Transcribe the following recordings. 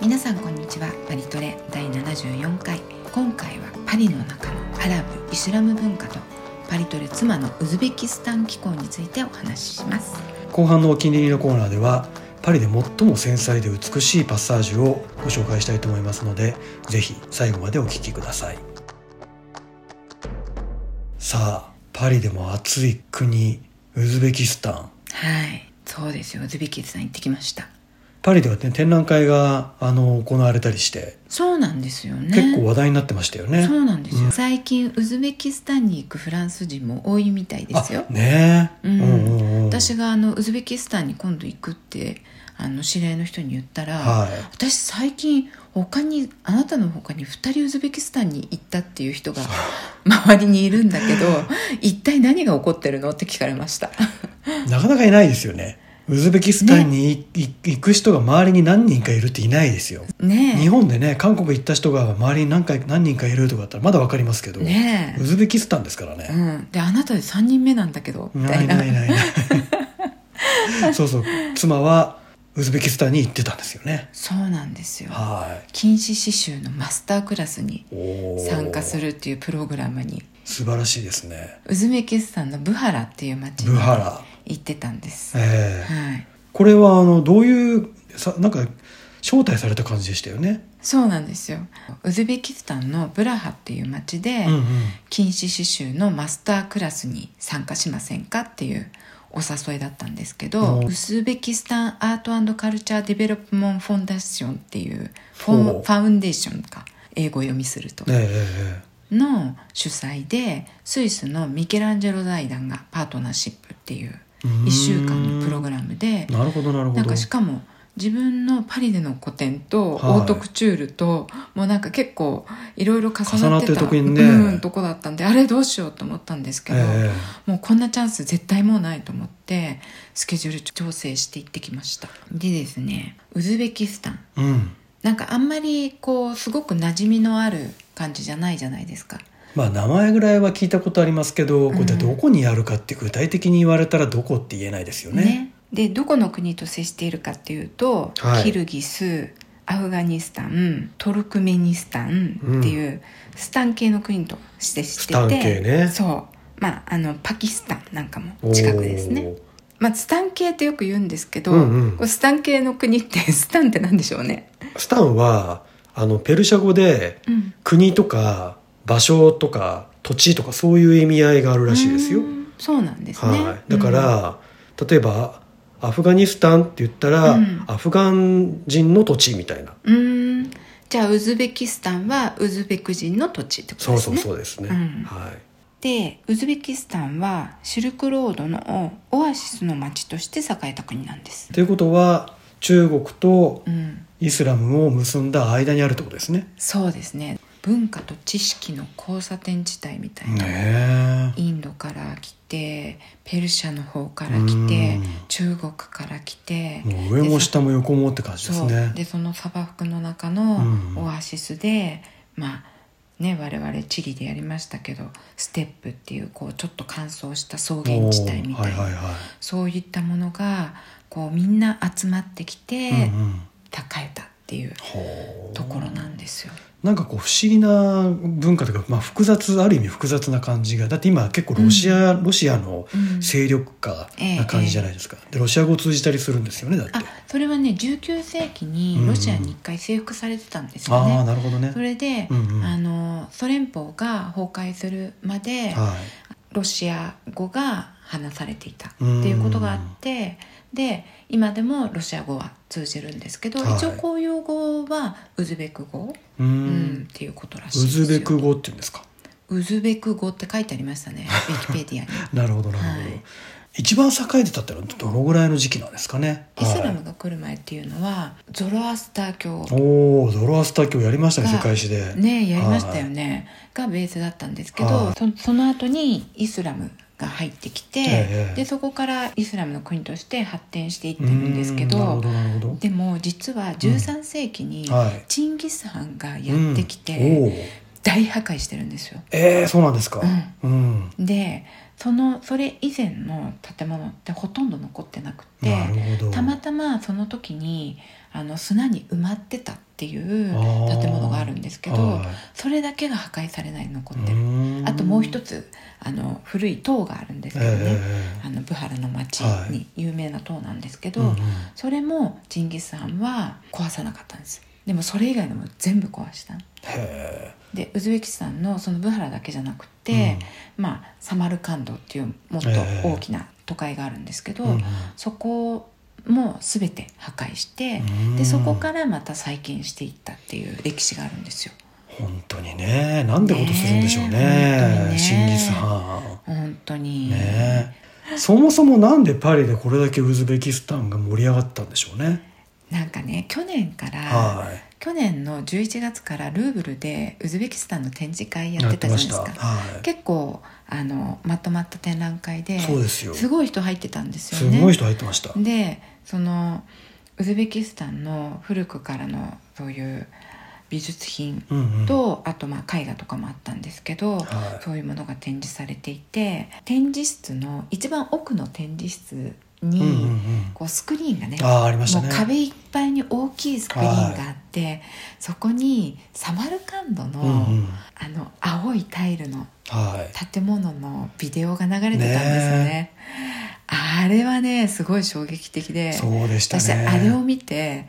皆さんこんにちはパリトレ第74回今回はパリの中のアラブ・イスラム文化とパリトレ妻のウズベキスタン機構についてお話しします後半のお気に入りのコーナーではパリで最も繊細で美しいパッサージュをご紹介したいと思いますのでぜひ最後までお聞きくださいさあパリでも暑い国ウズベキスタンはいそうですよウズベキスタン行ってきましたパリでは、ね、展覧会があの行われたりしてそうなんですよね結構話題になってましたよね、そうなんですよ、うん最近ウズベキスタンに行くフランス人も多いみたいですよあねえ、うんうんうんうん私があのウズベキスタンに今度行くってあの知り合いの人に言ったら、はい私最近他にあなたの他に2人ウズベキスタンに行ったっていう人が周りにいるんだ けど一体何が起こってるのって聞かれましたなかなかいないですよねウズベキスタンにい、い行く人が周りに何人かいるっていないですよ日ね本でね韓国行った人が周りに何回何人かいるとかだったらまだわかりますけど、えねウズベキスタンですからえ、うね、ん、であなたで3人目なんだけどみなたいいなないないな いそうそう妻はウズベキスタンに行ってたんですよねそうなんですよは禁止刺繍のマスタークラスにいおー参加するっていうプログラムに素晴らしいですねウズベキスタンのブハラっていう町ブにハラ、行ってたんです、ええはい、これはあのどういうさなんか招待された感じでしたよね、そうなんですよウズベキスタンのブラハっていう町で、うんうん禁止刺繍のマスタークラスに参加しませんかっていうお誘いだったんですけど、うんウズベキスタンアートカルチャーデベロップモントフォンダーションっていうフほうォンファウンデーションか英語読みするとええええの主催でスイスのミケランジェロ財団がパートナーシップっていううーん1週間のプログラムでなるほどなるほなんどかしかも自分のパリでの個展とオはいートクチュールと、もうなんか結構いろいろ重なって重なってるた時にねうん、とこだったんであれどうしようと思ったんですけど、えもうこんなチャンス絶対もうないと思ってスケジュール調整して行ってきましたでですねウズベキスタンえうんなんかあんまりこうすごく馴染みのある感じじゃないじゃないですかまあ名前ぐらいは聞いたことありますけど、これうんどこにあるかって具体的に言われたらどこって言えないですよね。ねでどこの国と接しているかっていうと、はいキルギスアフガニスタントルクメニスタンっていう、スタン系の国としてしててスタン系ねそうまああのパキスタンなんかもおー近くですね。まあスタン系ってよく言うんですけど、うんうんこうスタン系の国って スタンってなんでしょうね、スタンはあのペルシャ語でうん、国とか場所とか土地とかそういう意味合いがあるらしいですよう。んそうなんですね、はい。だから、例えばアフガニスタンって言ったら、うんアフガン人の土地みたいな。うん、うんじゃあウズベキスタンはウズベク人の土地ってことそうですそうねそうですね。うんはい。でウズベキスタンはシルクロードのオアシスの町として栄えた国なんです、ということは中国とうん、イスラムを結んだ間にあるってことですね。そうですね文化と知識の交差点地帯みたいな、ねえ。インドから来てペルシャの方から来てうん中国から来てもう上も下も横もって感じですそうね。でその砂漠の中うんのオアシスで、まあね我々チリでやりましたけどステップっていうこうちょっと乾燥した草原地帯みたいな、おーはいはいはい。そういったものがこうみんな集まってきてうんう栄んえたっていうほところなんですよ。うなんかこう不思議な文化というか、まあ、複雑ある意味複雑な感じがだって今結構ロシア、ロシアのうん勢力下な感じじゃないですか、でロシア語を通じたりするんですよねだってあそれはね19世紀にロシアに一回征服されてたんですよね。ああなるほどねそれで、うんうんあのソ連邦が崩壊するまではロシア語が話されていたっていうことがあってで今でもロシア語は通じるんですけど、はい一応公用語はウズベク語、いうんうんっていうことらしウいですよズベク語っていうんですかウズベク語って書いてありました ねウィキペディアになるほどなるほど、はい一番栄えてたってのはどのぐらいの時期なんですかねイスラはいムが来る前っていうのはゾロアスター教おおドロアスター教やりましたねが世界史でねやりましたよねがベースだったんですけどはそその後にイスラムが入ってきて、ええでそこからイスラムの国として発展していってるんですけうーんなるどほどなるほどでも実は13世紀にはいチンギス・ハンがやってきて、うんおー大破壊してるんですよ。えー、そうなんですかう。んうん。でそのそれ以前の建物ってほとんど残ってなくてなるほど。たまたまその時にあの砂に埋まってたっていうあー建物があるんですけどはそれだけが破壊されないで残いってるーんあともう一つあの古い塔があるんですえけどえね、ええあのブハラの町はに有名な塔なんですけど、うんうんそれもジンギスさんは壊さなかったんですでもそれ以外のも全部壊したへでウズベキスタンのそのブハラだけじゃなくえて、まあ、サマルカンドっていうもっとええ大きな都会があるんですけど、うんうんそこも全て破壊して、うんでそこからまた再建していったっていう歴史があるんですよ。本当にねなんてことするんでしょうねえ本当にねねシンギス・ハ本当ンに、ねえそもそもなんでパリでこれだけウズベキスタンが盛り上がったんでしょうねなんかね去年から、はい去年の11月からルーブルでウズベキスタンの展示会ややっっててたじゃまないしですたかは結構あのまとまった展覧会でいそうですよすごい人入ってたんですすよねごい人入ってましたでそのウズベキスタンの古くからのそういう美術品うんうんと、あとまあ絵画とかもあったんですけど、はいそういうものが展示されていて展示室の一番奥の展示室に、うんうんうんこうスクリーンがねああありましたもねう壁いっぱいに大きいスクリーンがあって、そこにサマルカンドの,、うんうんあの青いタイルのはい建物のビデオが流れてたんですよねねあれはねすごい衝撃的でそうでした私ねあれを見て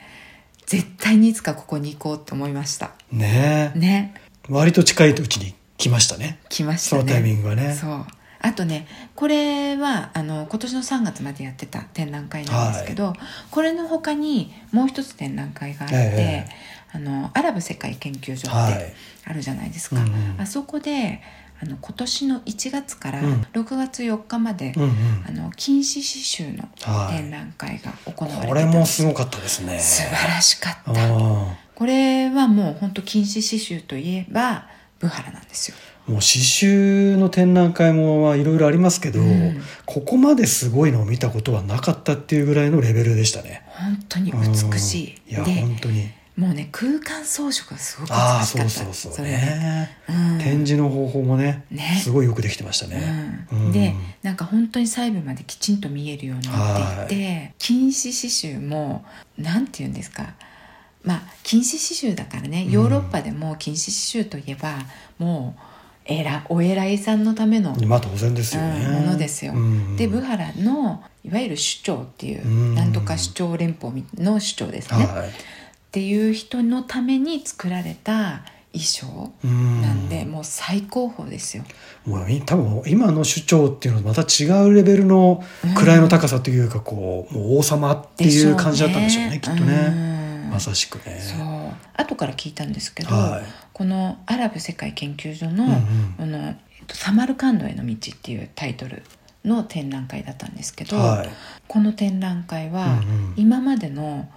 絶対にいつかここに行こうって思いましたねえね割と近いうちに来ましたね来ましたねそのタイミングがねそうあとねこれはあの今年の3月までやってた展覧会なんですけど、これの他にもう一つ展覧会があって、えあのアラブ世界研究所はっていあるじゃないですうんか、うんあそこであの今年の1月からうん6月4日まで、うんうんあの禁止刺繍のはい展覧会が行われてたこれもすごかったですね素晴らしかっうたんこれはもう本当禁止刺繍といえばブハラなんですよもう刺繍の展覧会もまあいろいろありますけど、うんここまですごいのを見たことはなかったっていうぐらいのレベルでしたね。本当にうん美しい、いやで本当にもうね空間装飾がすごく美しかっあたあそうそうそうれねね、うん展示の方法もねねすごいよくできてましたね。うんうんでなんか本当に細部まできちんと見えるようになっていて禁止刺繍もなんて言うんですかまあ禁止刺繍だからねうんヨーロッパでも禁止刺繍といえば、もうえらお偉いさんのための、まあ当然ですよね。うんものですようんでブハラのいわゆる首長っていう、うんなんとか首長連邦みの首長ですね、っはていう人のために作られた衣装い、うんなんで、もう最高峰ですよもうい多分今の主張っていうのはまた違うレベルの位の高さというかこうもう王様っていう感じだったんでしょうねきっとね、うんまさしくね。そう後から聞いたんですけど、はいこの「アラブ世界研究所の」うんうんあのえっとサマルカンドへの道」っていうタイトルの展覧会だったんですけど、はいこの展覧会はうんうん今までの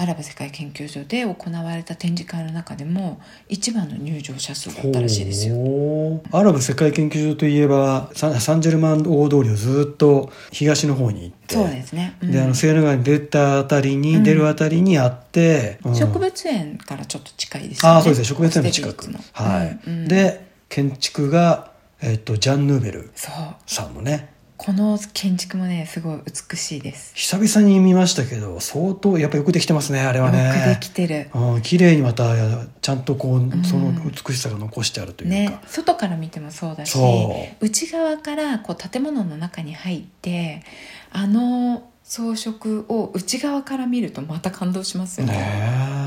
アラブ世界研究所で行われた展示会の中でも一番の入場者数だったらしいですよ。ほうアラブ世界研究所といえばササンジェルマン大通りをずっと東の方に行ってそうですね、うんであのセーヌ川に出たあたりに、うん出るあたりにあって、うん植物園からちょっと近いですよね。ああそうですね植物園の近スくテビッツのはい、うんうんで建築が、えっとジャン・ヌーベルそうさんのねこの建築もねすごい美しいです、久々に見ましたけど相当やっぱよくできてますねあれはねよくできてるうん綺麗にまたちゃんとこう、んその美しさが残してあるというか、ね外から見てもそうだしそ内側からこう建物の中に入ってあの装飾を内側から見るとまた感動しますよねねうえんう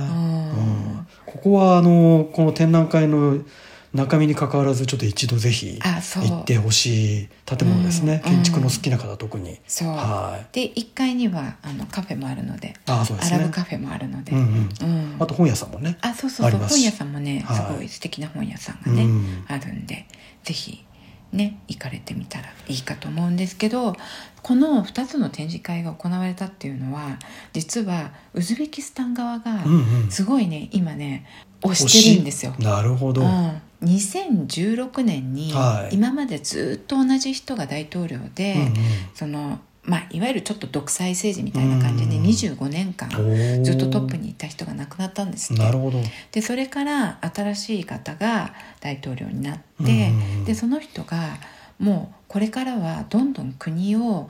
んここはあのこの展覧会の中身に関わらずちょっと一度ぜひあそう行ってほしい建物ですね、うん建築の好きな方特に、そうはいで1階にはあのカフェもあるのであそうでアすラねブカフェもあるので、うんうんうんあと本屋さんもねあそうそうあそりうます本屋さんもねはいすごい素敵な本屋さんがね、うんあるんでぜひね行かれてみたらいいかと思うんですけどこの2つの展示会が行われたっていうのは実はウズベキスタン側がうんうんすごいね今ね推してるんですよ。なるほど、うん2016年にはい今までずっと同じ人が大統領で、うんうんそのまあ、いわゆるちょっと独裁政治みたいな感じでうん25年間おずっとトップにいた人が亡くなったんですっなてるほどで、でそれから新しい方が大統領になって、うんうんうんでその人がもうこれからはどんどん国を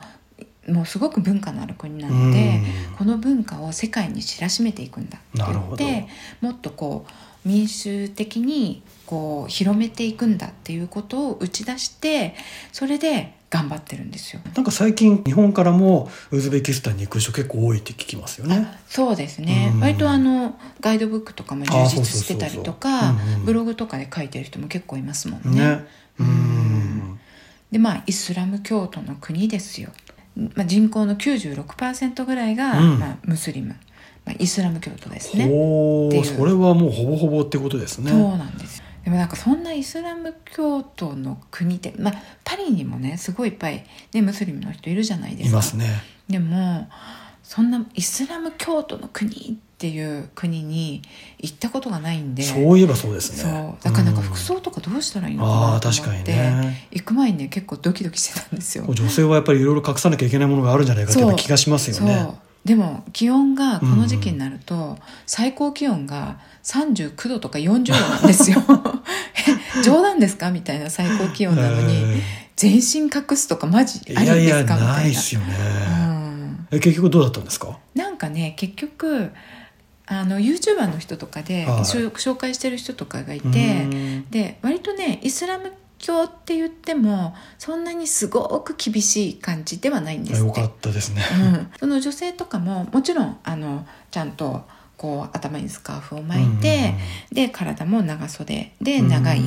もうすごく文化のある国なうんので、この文化を世界に知らしめていくんだってなる言ほっどてもっとこう民主的にこう広めていくんだっていうことを打ち出してそれで頑張ってるんですよ。なんか最近日本からもウズベキスタンに行く人結構多いって聞きますよね。そうですねうん割とあのガイドブックとかも充実してたりとあかそうそうそうそううんうんブログとかで書いてる人も結構いますもんね。ね。ううんん。でまあイスラム教徒の国ですよ、まあ、人口の96%ぐらいが、うんまあ、ムスリム、まあ、イスラム教徒ですね。おっていお、うそれはもうほぼほぼってことですそうね。なんですでもなんかそんなイスラム教徒の国って、まあ、パリにもねすごいいっぱい、ね、ムスリムの人いるじゃないでいすかますね。でもそんなイスラム教徒の国っていう国に行ったことがないんでそういえばそうですそね。うだからなんかう服装とかどうしたらいいのあかなあと確思かっにて、ね。行く前にね結構ドキドキしてたんですよ女性はやっぱりいろいろ隠さなきゃいけないものがあるんじゃないかっていう気がしますよそうね。でも気温がこの時期になると、最高気温が39度とか40度なんです よえ冗談ですかみたいな最高気温なのに全身隠すとかマジえーあいやりいでやすかみなたいいでなすよね。うん、え結局どうだったんですか。なんかね結局あの YouTuber の人とかで、はいしょ紹介してる人とかがいうて、ーんで割とねイスラム教って言ってもそんなにすごく厳しい感じではないんですよってかったですね。うん、その女性とかももちろんあのちゃんとこう頭にスカーフを巻いて、で体も長袖で長い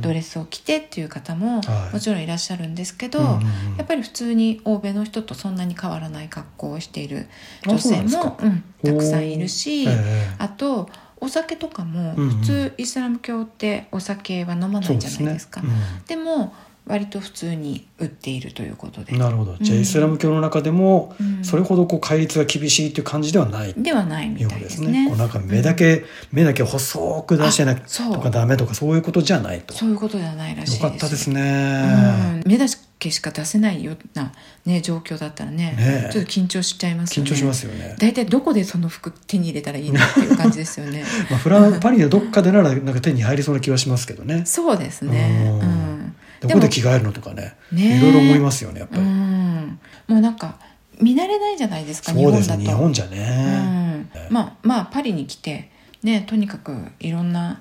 ドレレスを着てっていう方もはいもちろんいらっしゃるんですけど、やっぱり普通に欧米の人とそんなに変わらない格好をしている女性あそうもうんおたーくさんいるし、ええあとお酒とかもうんうん普通イスラム教ってお酒は飲まないじゃないですか。そうでねうんも割と普通に売っているということで。なるほど。じゃあ、うんイスラム教の中でも、うんそれほどこう戒律が厳しいっていう感じではないよではないみうたいでですすね。ね。こうなんか目だけ、目だけ細く出してなあそうとかダメとかそういうことじゃないと。そういうことではないらしいです。よかったですね。うん、目だけしか出せないような、ね、状況だったらねねえちょっと緊張しちゃいますよ緊ね。。張しますすよね。大体どこでその服手に入れたらいいのっていう感じですよ ね。まあ、フランパリのどっかでならなんか手に入りそうな気はしますけどね。そうですね。ううんん。どこで着替えるのとかね。ねえいろいろ思いますよね、やっぱうり。ん。もうなんか見慣れないじゃないですか、日そう本ですだね。と。日本じゃうね。んね。まあまあパリに来てねとにかくいろんな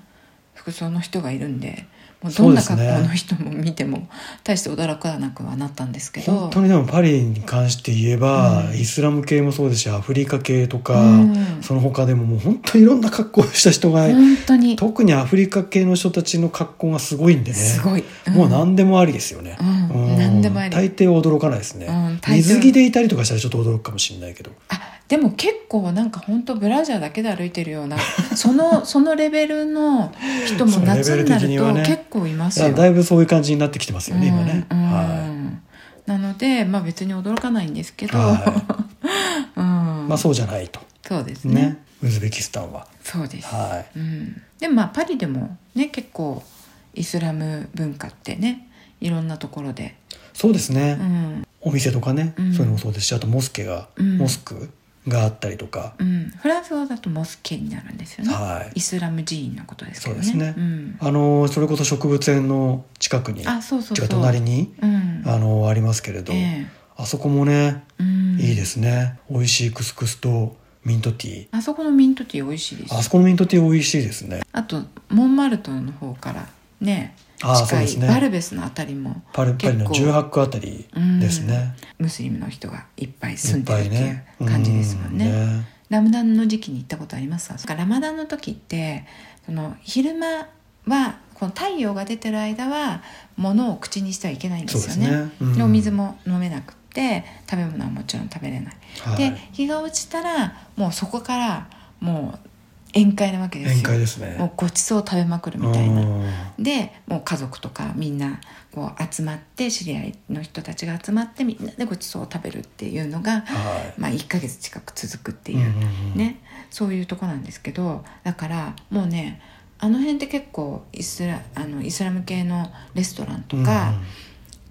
服装の人がいるんで。もうどんなそう格ですね好の人も見ても大して驚かなくはなったんですけど本当にでもパリに関して言えば、うんイスラム系もそうですしアフリカ系とか、うんその他でももう本当にいろんな格好をした人が本当に特にアフリカ系の人たちの格好がすごいんでねすごい、んもう何でもありですよね、うん何でもあり大抵驚かないですね、うん大抵水着でいたりとかしたらちょっと驚くかもしれないけどあでも結構なんか本当ブラジャーだけで歩いてるようなそのそのレベルの人も そ夏うになレベル的にはねると結構いますだよ。だいぶそういう感じになってきてますよね、今ね、うんうんはなので、まあ、別に驚かないんですけど、は うんいまあそうじゃないとそうですねねウズベキスタンはそうです、はうん、でもまあパリでもね結構イスラム文化ってねいろんなところで、いそうですね、うんお店とかね、うんそういうのもそうですしあとモスケが、うんモスクがあったりとか、うん、フランス語だとモスケになるんですよね、はいイスラム寺院のことですけどねそうですねうん、あのそれこそ植物園の近くにあそうそうてそかう隣にうんあのありますけれど、えあそこもねえうんいいですね、美味しいクスクスとミントティーあそこのミントティー美味しいですあそこのミントティー美味しいですねあとモンマルトルの方からねあーそう近でいすねバルベスのあたりもパリパリの結構18区あたりですね、ムスリムの人がいっぱいい住っんでぱるいっていうね感じですもんねうラムダンの時期に行ったことありますだからラマダンの時ってその昼間はこの太陽が出てる間は物を口にしてはいけないんですよねそうですねうんでお水も飲めなくって食べ物はもちろん食べれないはいで日が落ちたらもうそこからもう宴会なわけですよ宴会ですねもうごちそうを食べまくるみたいなうんでもう家族とかみんなこう集まって知り合いの人たちが集まってみんなでごちそうを食べるっていうのが、はまあ、1ヶ月近く続くっていいう、うんうんうんねそういうとこなんですけどだからもうねあの辺って結構イスラあのイスラム系のレストランとか、うんうん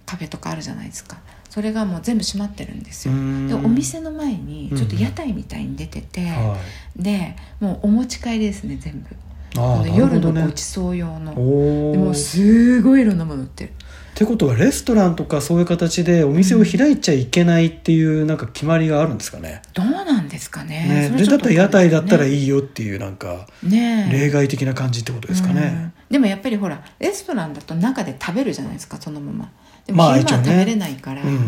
カフェとかあるじゃないですかそれがもう全部閉まってるんですよ、ででお店の前にちょっと屋台みたいに出てて、はいでもうお持ち帰りですね全部ああーの夜のなるごほどねちそう用の、おでーもうすごいいろんなもの売ってるってことはレストランとかそういう形でお店を開いちゃいけないっていうなんか決まりがあるんですかね。どうなんですかねねそれでちだょったら屋台だったらいいいよっていうなんかねえ例外的な感じってことですかね。うんでもやっぱりほらレストランだと中で食べるじゃないですかそのままでまもあ昼間は一応食ねべれないから、うんうんうん。う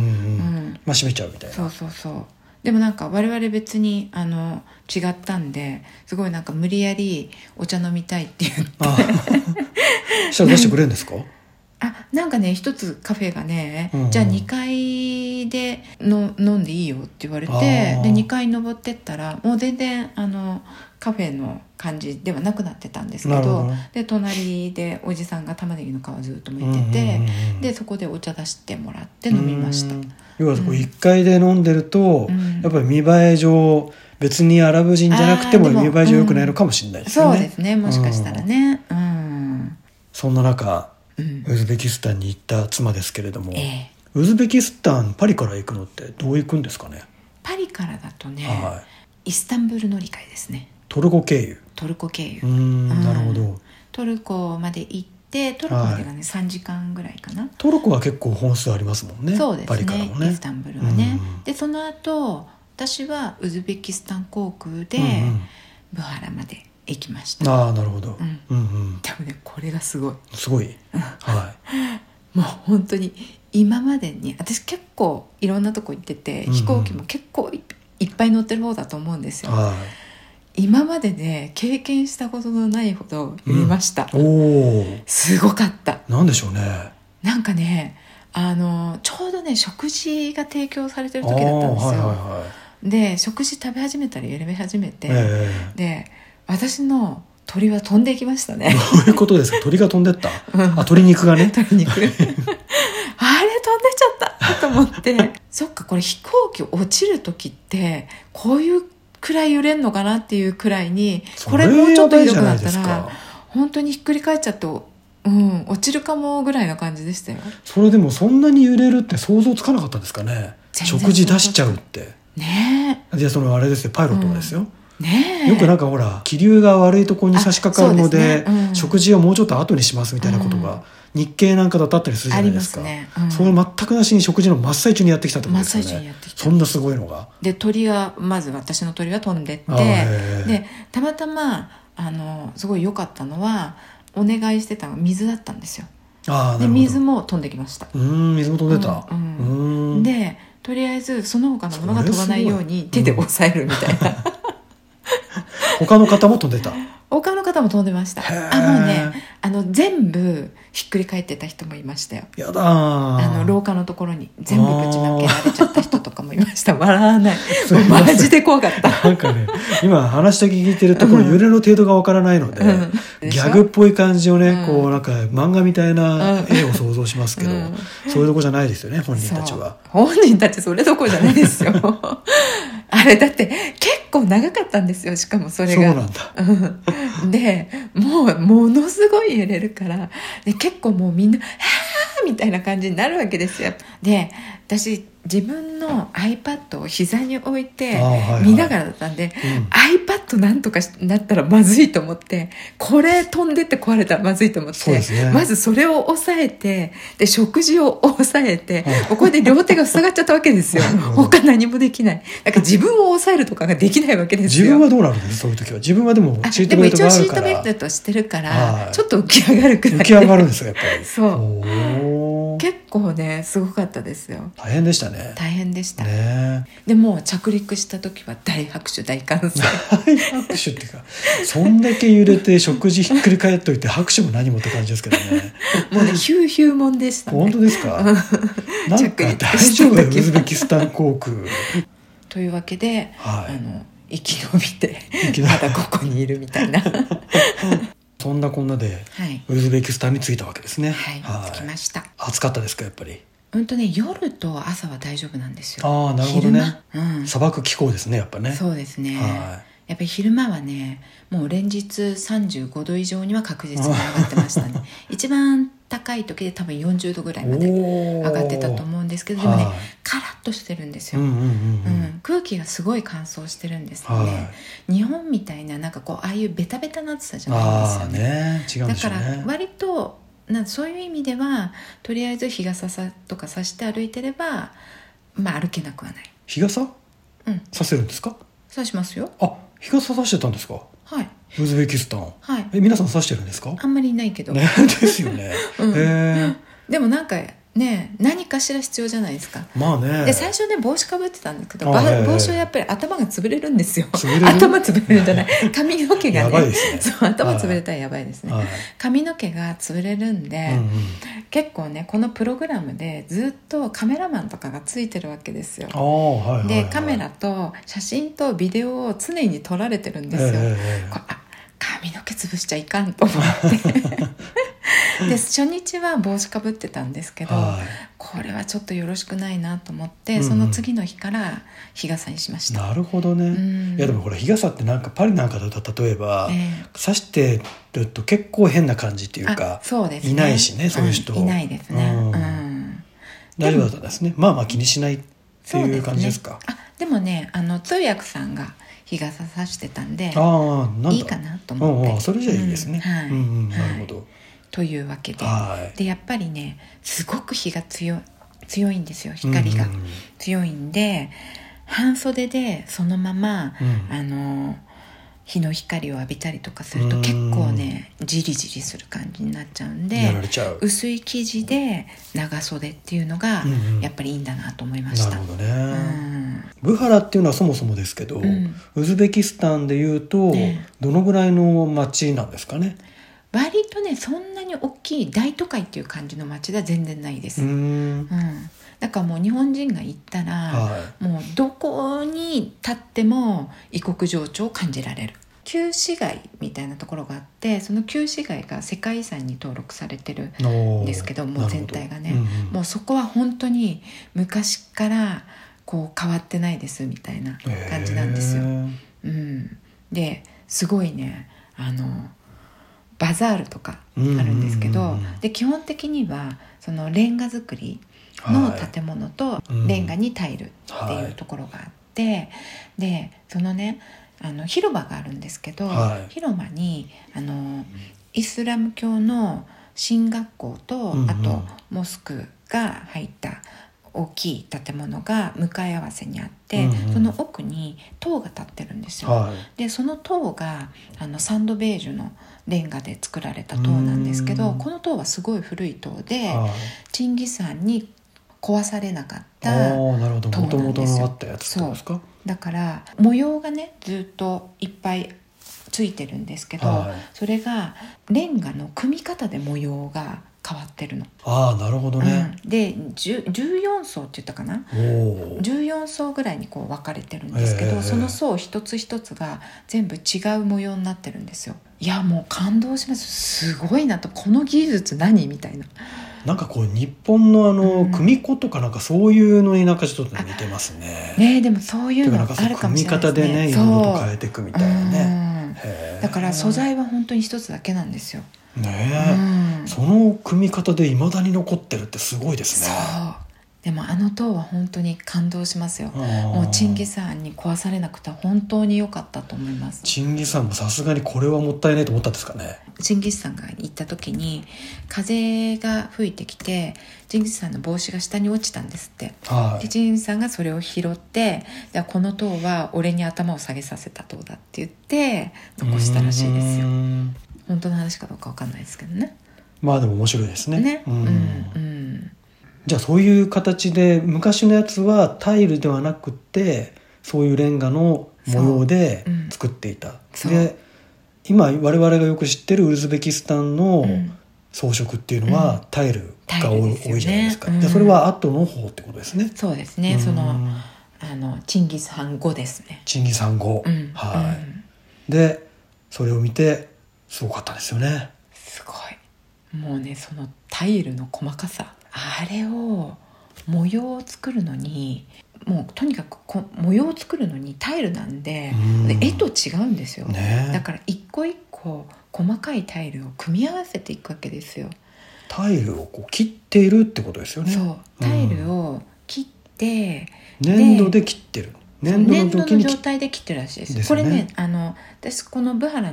んまあ閉めちゃうみたいそな。うそうそうでもなんか我々別にあの違ったんですごいなんか無理やりお茶飲みたいっていうあ あ。したら出してくれるんですか。あなんかね一つカフェがね、うんうんじゃあ2階での飲んでいいよって言われてあーで2階登ってったらもう全然あのカフェの感じではなくなってたんですけなどるほどねで隣でおじさんが玉ねぎの皮ずっと剥いてて、でそこでお茶出してもらって飲みました。うん要はこう1階で飲んでると、うんやっぱり見栄え上別にアラブ人じゃなくてもあーで見も栄え上良くないのかもしれないですよそうね。ですねもしかしたらねうん、そんな中うんウズベキスタンに行った妻ですけれども、ええウズベキスタンパリから行くのってどう行くんですかね、パリからだとね、はいイスタンブール乗り換えですねトルコ経由トルコ経由うーんうんなるほどトルコまで行ってトルコまでがね、3時間ぐらいかな、トルコは結構本数ありますもんねそうですねパリからもねイスタンブルはね、うんうんでその後私はウズベキスタン航空でうんうんブハラまで行きました、ああなるほど、うんうんうんでもねこれがすごいすごい、はい、もう本当に今までに私結構いろんなとこ行ってて、うんうん飛行機も結構いいっぱい乗ってる方だと思うんですよ、は今までで、経験したことのないほど見ました、い、おおすごかったなんでしょうねなんかねあのちょうどね食事が提供されてる時だったんですよ、あーはいはいはいで食事食べ始めたりやり始めて、ええで私の鳥は飛んでいきましたねどういうことですか鳥が飛んでったうんあ鳥肉がね 鶏肉あれ飛んでっちゃったと思ってそっかこれ飛行機落ちる時ってこういうくらい揺れんのかなっていうくらいにこれもうちょっとひどくなったそれやばいじゃないらですか本当にひっくり返っちゃって、うん、落ちるかもぐらいな感じでしたよそれでもそんなに揺れるって想像つかなかったですかね全然食事出しちゃうってねいやそのあれですよパイロットがですよ、えねえよくなんかほら気流が悪いところに差し掛かるのであそうですねうん食事をもうちょっと後にしますみたいなことが、日経なんかだとあったりするじゃないですかありますねうんそれ全くなしに食事の真っ最中にやってきたってこと真っですよ最初にやねってきたそんなすごいのがで鳥がまず私の鳥は飛んでっあーへてーでたまたまあのすごい良かったのはお願いしてたのが水だったんですよああなでるほど水も飛んできましたうーん水も飛んでたうんうーんでとりあえずその他のものが飛ばないようにそ手れすごいで押さえるみたいな他の方も飛んでた 他の方も飛んでましたへーあもうねあの全部ひっくり返ってた人もいましたよやだああの廊下のところに全部ぶちまけられちゃった人とかもいま した笑わないすいもうませんマジで怖かったなんかね今話だけ聞いてるとこうろん揺れの程度がわからないので、うんでしギょャグっぽい感じをね、うんこうなんか漫画みたいなうん絵を想像しますけど、うんそういうとこじゃないですよね本人たちは。そう本人たちそれどころじゃないです よあれだって結構長かったんですよしかもそそうれながんだ。うんでもうものすごい揺れるからで結構もうみんな「はあ!」みたいな感じになるわけですよで私自分の iPad を膝に置いてあーはいはい見ながらだったんで、iPad なんとかしなったらまずいと思ってこれ飛んでって壊れたらまずいと思っそうて、ですねまずそれを抑えてで食事を抑えてはいもうこれで両手が塞がっちゃったわけ ですよほど他何もできないだから自分を抑えるとかができないわけです自よ分はどうなるんですそういう時は自分はでもあシーでトもベルト一が応あシるーかトベルらトしてるから、はいちょっと浮き上がるくらい浮き上がるんですよやっぱり。そうおー結構ねすごかったですよ大変でしたね。大変でした、ね でもう着陸した時は大拍手大歓声大拍手っていうかそんだけ揺れて食事ひっくり返っといて拍手も何もって感じですけ どね。もうねヒューヒューもんでした本ね当ですか。なんか大丈夫だよウズベキスタン航 空。というわけで、はいあの生き延びて生き延びまだここにいるみ たいなはそんなこんなでいウズベキスタンに着いたわけですね。はい、着きました暑かったですかやっぱり。うんとね夜と朝は大丈夫なんですよああなるほどね。昼間、うん、砂漠気候ですねやっぱね。そうですね、はやっぱり昼間はねもう連日35度以上には確実に上がってましたね一番たかい時で多分40度ぐらいまで上上がってたと思うんですけどでもねはカラッとしてるんですい、うよ、んうんうんうんうん空気がすごい乾燥してるんですよね、はい日本みたいななんかこうああいうベタベタな暑さじゃないんあですあよーねね違うんだでしかょうらね割となんそういう意味ではとりあえず日傘さとかさして歩いてればまあ歩けなくはない日傘うんさせるんですかそうしますよあ日傘さしてたんですかはいウズベキスタンはいえ皆さんさしてるんですかあんまりいないけど、ね ですよね、うんへえでもなんかね何かしら必要じゃないですかまあねで最初ね帽子かぶってたんですけど、ばあはいはい帽子はやっぱり頭が潰れるんですよ潰れる頭潰れるんじゃない髪の毛がねやばいですねそう頭潰れたらやばいですね、はい髪の毛が潰れるんで、うんうん、結構ねこのプログラムでずっとカメラマンとかがついてるわけですよああはいはい、はい、でカメラと写真とビデオを常に撮られてるんですよ、えええこうあ髪の毛潰しちゃいかんと思 ってで初日は帽子かぶってたんですえけど、はこれはちょっとよろしくないなと思って、うんうんその次の日から日傘にしましいたなるほどね、うんいやでもほら日傘ってなんかパリなんかだと例えば、えさしてると結構変な感じってえいうあかそうですいないしねそういう人んいないですねうんうん大丈夫だったんですねまあまあ気にしないってそういねう感じですかあでもねあの通訳さんが日傘さしてたんでああなんだいいかなとう思んって、うんそれじゃいいですね、うんはいうんうんなるほど、というわけではいでやっぱりねすごく日が強い強いんですよ光がうんうんうん強いんで、半袖でそのまま、うんあの日の光を浴びたりとかすると結構ねじりじりする感じになっちゃうんやらでれちゃう薄い生地で長袖っていうのがうんうんやっぱりいいんだなと思いました。なるうんほどね、ブハラっていうのはそもそもですけど、うんウズベキスタンでいうと、ええどのぐらいの町なんですかね割とねそんなに大きい大都会っていう感じの街では全然ないでうす、ーうんんだからもう日本人が行ったら、はもうどこに立っても異国情緒を感じられる旧市街みたいなところがあってその旧市街が世界遺産に登録されてるいのんですけどもう全体がね、もううそこは本当に昔からこう変わってないですみたいな感じなんですよ。うん、ですごいねあのバザールとかあるんですけど、うんうんうんうんで基本的にはそのレンガ作りの建物とうんレンガにタイルっていうところがあって、でそのねあの広場があるんですけど、はい広間にあのイスラム教の進学校と、うんうんあとモスクが入った大きい建物が向かい合わせにあって、うんうんその奥に塔が立ってるんですよ。はいでその塔があのサンドベージュのレンガで作られた塔なんですけうどんこの塔はすごい古い塔で、はいチンギス・ハンに壊されなかっああたなるほど塔もとなもんとですよのあったやつってことですかだから模様がねずっといっぱいついてるんですけど、はいそれがレンガの組み方で模様が変わってるの。ああなるほどね、うんで10 14層って言ったかなおおー14層ぐらいにこう分かれてるんですけえど、えその層一つ一つが全部違う模様になってるんですよいやもう感動しますすごいなとこの技術何みたいななんかこう日本のあうのん組子とかなんかそういうのになんかちょっと似てますねねえでもそういてうかのなんかあそうるかも組しみれな方いでですねねいろいろと変そえていくみうたいなねうんへーだから素材は本当に一つだけなんですよ、うねんえその組み方でいまだに残ってるってすごいですそねうでもあの塔は本当に感動しますよももうチンギス・ハンに壊されなくて本当に良かったと思いますチンギさんもさすがにこれはもったいないと思ったんですかねジンギスさんが行った時に風が吹いてきてジンギスさんの帽子が下に落ちたんですって、はでいジンギスさんがそれを拾って「じゃあこの塔は俺に頭を下げさせた塔だ」って言って残したらしいですうよん本当の話かどうかわかんないですけどねまあでも面白いですねねうんうんじゃあそういう形で昔のやつはタイルではなくてそういうレンガの模様でそううん作っていた、そうで今我々がよく知ってるウズベキスタンうのんうん装飾っていうのうんはタイルが多タイい,、ルですよねじゃないですか、うんでそれは後の方ってことですねそうですねそうのんあのチンギス・ハン後ですねチンギさん号、うんはうんい、でそれを見てすごかったですよねすごいもうねそのタイルの細かさあれを模様を作るのにもうとにかくこ模様を作るのにタイルなんでうんで絵と違うんですよ、ねえだから一個一個細かいタイルを組み合わせていくわけですよタイルをこう切っているってことですよねそうタイルを切って、粘土で切ってるそう粘土の粘土時のに切状っ態で切ってるらしいですですこよねれねあの私このブハラ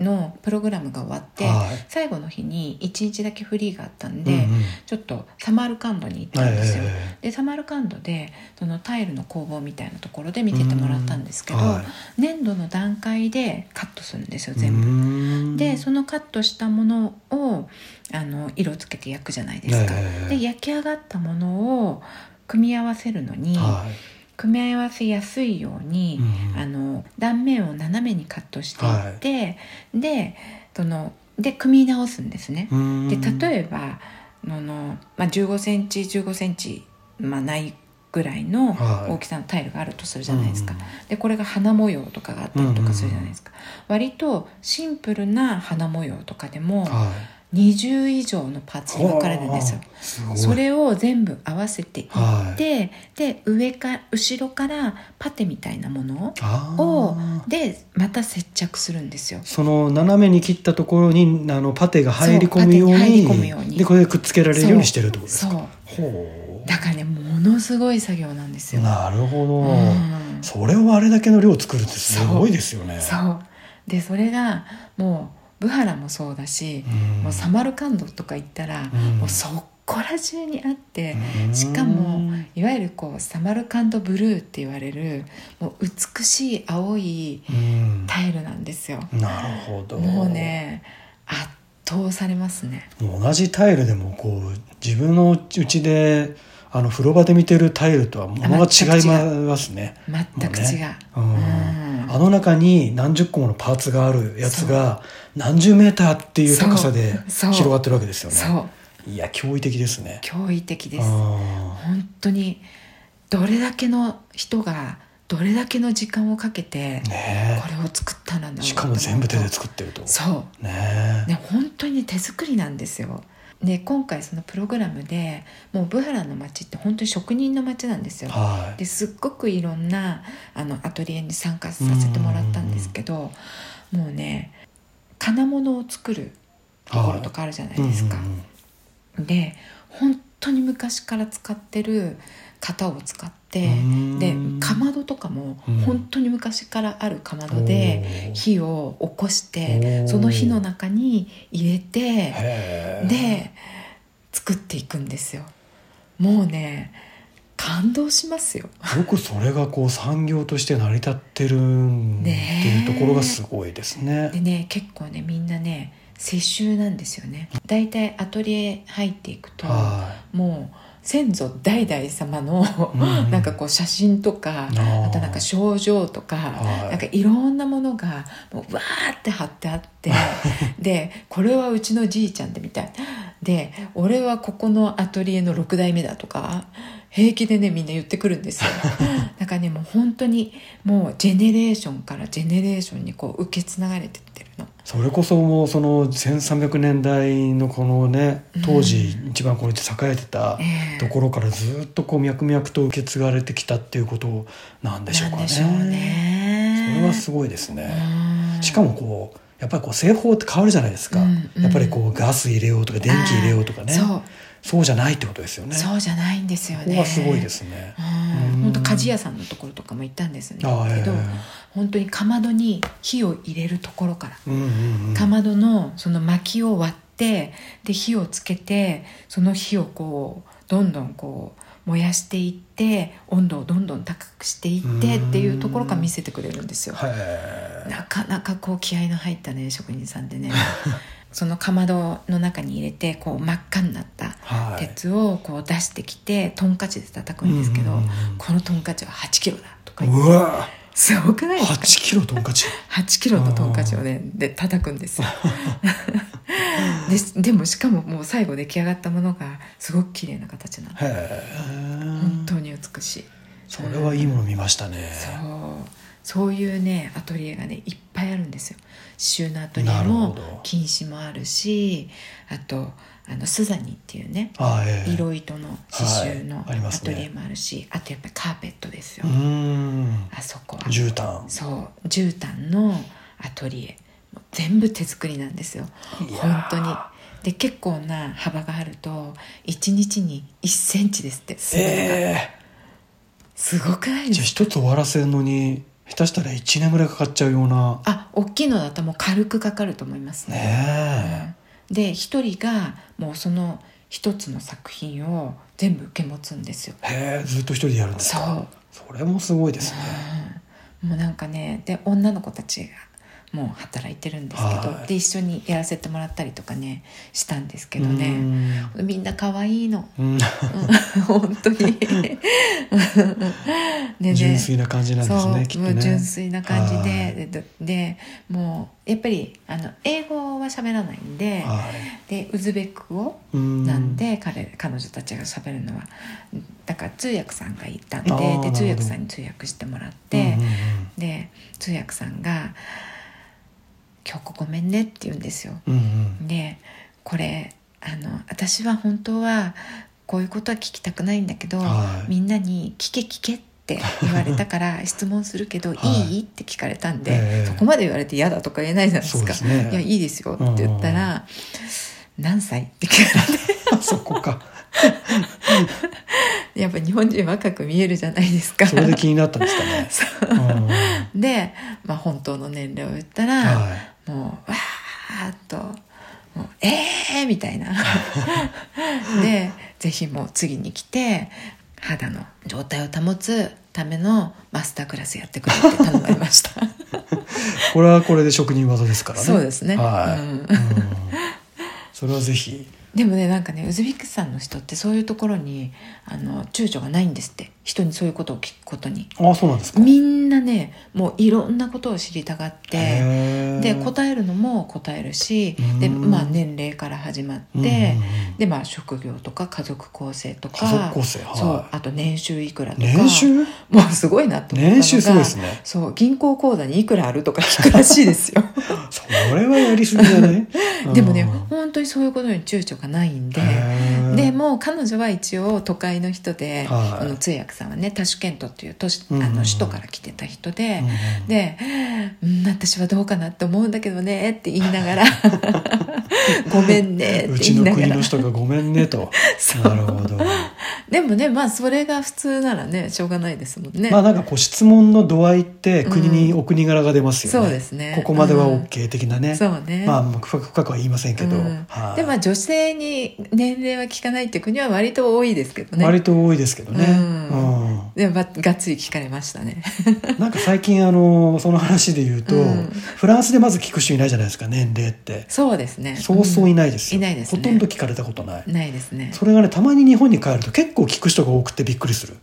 のプログラムが終わって、はい最後の日に1日だけフリーがあったんで、うんうんちょっとサマルカンドに行ったはんいはいですよ、はいでサマルカンドでそのタイルの工房みたいなところで見ててもらったんですけど、はい粘土の段階でカットするんですよ全部。部でそのカットしたものをあの色つけて焼くじゃないですか。で焼き上がったものを組み合わせるのに、はい組み合わせやすいように、うんあの断面を斜めにカットしていって、でそので組み直すんですね。うんで例えばあの、まあ、15センチ15センチ、まあ、ないぐらいのはい大きさのタイルがあるとするじゃないですか、でこれが花模様とかがあったりとかするじゃないですか、割とシンプルな花模様とかでもはい20以上のパーツに分かれるんですよは。あすごいそれを全部合わせていって、はいで上か後ろからパテみたいなものあーをでまた接着するんですよ。その斜めに切ったところにあのパテが入り込むようそうパテにに入り込むようにでこれでくっつけられるようにしてるってことですそかうほだからねものすごい作業なんですうよ。なるほど、うんそれをあれだけの量作るってすごいですよねそうでそれがもうブハラもそうだし、んもうサマルカンドとか行ったら、うんもうそこら中にあって、うんしかもいわゆるこうサマルカンドブルーって言われるもう美しい青いうんタイルなんですよ。なるほどもうね圧倒されますね。もう同じタイルでもこう自分のうちであの風呂場で見てるタイルとはものが違いますね全く違う。もうねううんんあの中に何十個ものパーツがあるやつが何十メーターっていう高さでそうそう広がってるわけですよねそういや驚異的ですね驚異的です。あ本当にどれだけの人がどれだけの時間をかけてーねこれを作ったんだろうえとしかも全部手で作ってるとそねう、ね、本当に手作りなんですよ、ね、今回そのプログラムでもうブハラの街って本当に職人の街なんですえよはいですっごくいろんなあのアトリエに参加させてもらったんですけどもうね金物を作るところとかあるじゃないですか、うんうんうんで本当に昔から使ってる型を使ってうんでかまどとかもうん本当に昔からあるかまどでおー火を起こしおてーその火の中に入れてへえで作っていくんですよもうね感動しますよよくそれがこう産業として成り立ってるんってねえいうところがすごいですね。でね結構ねみんなね世襲なんですよねだいたいアトリエ入っていくとはもう先祖代々様のうんうんなんかこう写真とかい。ああとなんか症状とか、はいなんかいろんなものがもうわーって貼ってあって でこれはうちのじいちゃんでみたいで俺はここのアトリエの6代目だとか平気でねみんな言ってくるん ですよだからねもう本当にもうジェネレーションからジェネレーションにこう受け継がれてってるのそれこそもうその1300年代のこのね当時一番こう栄えてたええところからずっとこう脈々と受け継がれてきたっていうことなんでしょうかなんね。でしょうそねれはすごごいですね。いしかもこうやっぱりこう製法って変わるじゃないですか、うんうんやっぱりこうガス入れようとか電気入れようとかねそうそうじゃないってことですよねそうじゃないんですよねここはすごいですね、うん本当鍛冶屋さんのところとかも行ったんですねけああええど本当にかまどに火を入れるところから、うんうんうん、かまどのその薪を割ってで火をつけてその火をこうどんどんこう燃やしていって温度をどんどん高くしていってっていうところから見せてくれるんですよ。はい。なかなかこう気合いの入ったね職人さん でねそのかまどの中に入れてこう真っ赤になったはい。鉄をこう出してきてトンカチで叩くんですけど、うんうんうんこのトンカチは8キロだとか言ってうわすごくないですか八キロトンカチ。 8キロのトンカチをねで叩くんですよ ででもしかももう最後出来上がったものがすごく綺麗な形なのへえ。本当に美しいそれはいいもの見ましたね。そうそういうねアトリエがねいっぱいあるんですよ刺繍のアトリなエるほもど金糸もあるしあとあのスザニーっていうねああええ。色糸の刺繍のはいありまアすトねリエもあるし、あとやっぱりカーペットですよ、うーん。あそこは絨毯。そう絨毯のアトリエ全部手作りなんですよいやー本当にで結構な幅があると1日に1センチですってすごいえすごくないー、でじゃあすか一つ終わらせるのに下手したら1年ぐらいかかっちゃうようなあ大きいのだともう軽くかかると思いますねねで一人がもうその一つの作品を全部受け持つんですよえへえずっと一人でやるんですそかうそれもすごいですねうんもうなんかねで女の子たちがもう働いてるんですけど、はいで一緒にやらせてもらったりとかねしたんですけけどね、みんな可愛い のうんうん本 当にでね純粋な感じなんですねきそっう、もうとね純粋な感じはでいでででもうやっぱりあの英語は喋らないんではいでウズベク語うんなんで彼彼女たちが喋るのはだから通訳さんがいたんであーなるほでど通訳さんに通訳してもらっうんてうん、うんで通訳さんが「今日ここごめんね」って言うんですよ。うんうんでこれあの私は本当はこういうことは聞きたくないんだけど、はいみんなに「聞け聞け」って言われたから 質問するけど「はいいい?」って聞かれたんで、ええそこまで言われて嫌だとか言えないじゃないでそすうかで。すいやねいいですよって言ったら「何歳?」って聞かれてそこか やっぱ日本人若く見えるじゃないですか。それで気になったんですかね そううんで、まあ、本当の年齢を言ったら、はもうわーっと「もうえー!」みたい なでぜひもう次に来て肌の状態を保つためのマスタークラスやってくれって頼まれました い これはこれで職人技ですからねそうですねはいうんうんそれはぜひでもねなんかねウズベキスタンの人ってそういうところにあの躊躇がないんですって人にそういうことを聞くことにあそうなんですかみんなねもういろんなことを知りたがってへーで答えるのも答えるしうんで、まあ、年齢から始まって、うんうんうんでまあ、職業とか家族構成とか家族構成はいそうあと年収いくらとか年収もうすごいなと思ったのが年収すごいですねそう銀行口座にいくらあるとか聞くらしいですよそれはやりすぎじゃない でもね うん本当にそういうことに躊躇がないんで。へーでもう彼女は一応都会の人で、はあいの通訳さんはねタシュケントっていう都市あうんうんうんの首都から来てた人で、うんうんで、うん、私はどうかなって思うんだけどねって言いな がらごめんねっうてち言いのなが国のら人がごめん ねとそうなるほどでもねまあそれが普通ならねしょうがないですもんね、まあなんかこう質問の度合いって国に、うお国柄が出ますよねそうですねここまではうん OK 的なね、そうね、まあまあ深く深くは言いませんけど、うんはいでまあ女性に年齢は聞かないって国は割と多いですけどね割と多いですけどね、うんうんでもばがっつり聞かれました ねなんか最近あのその話で言うと、うんフランスでまず聞く人いないじゃないですか年齢ってそうですねそうそういないですよ、うんいないですねほとんど聞かれたことない、ないですねそれがねたまに日本に帰ると結構聞く人が多くてびっくりする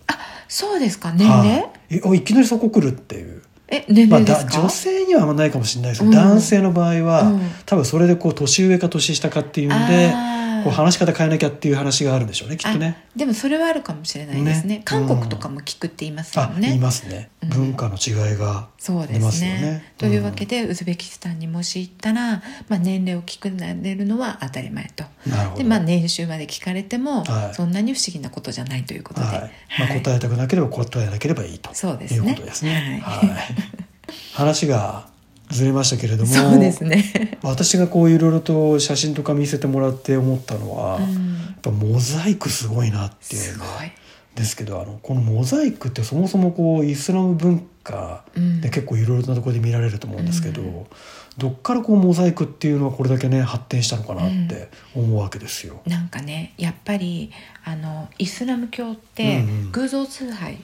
そうですか年齢、はいえおいきなりそこ来るっていうえ年まあ、齢ですだか、女性にはあんまないかもしれないですけど、うん男性の場合は、うん多分それでこう年上か年下かっていうんであーこう話し方変えなきゃっていう話があるんでしょうねきっとね。あでもそれはあるかもしれないですねね韓国とかも聞くって言いますよあね、言いますね、うん文化の違いがそうで出ますすよねねというわけで、ウズベキスタンにもし行ったら、まあ、年齢を聞くなれるのは当たり前となるほで、どまあ、年収まで聞かれても、はいそんなに不思議なことじゃないということで、はいまあ、はい答えたくなければ答えなければいいとそうでいすうねことですね。はいはい話がずれましたけれどもそうですね、私がこういろいろと写真とか見せてもらって思ったのは、うやん、っぱモザイク すごいなっていうすのごがい、ですけどあのこのモザイクってそもそもこうイスラム文化うんで結構いろいろなところで見られると思うんですけど、うんどっからこうモザイクっていうのはこれだけね発展したのかなって思うわけですよ。なんかねやっぱりあのイスラム教ってうんうん偶像崇拝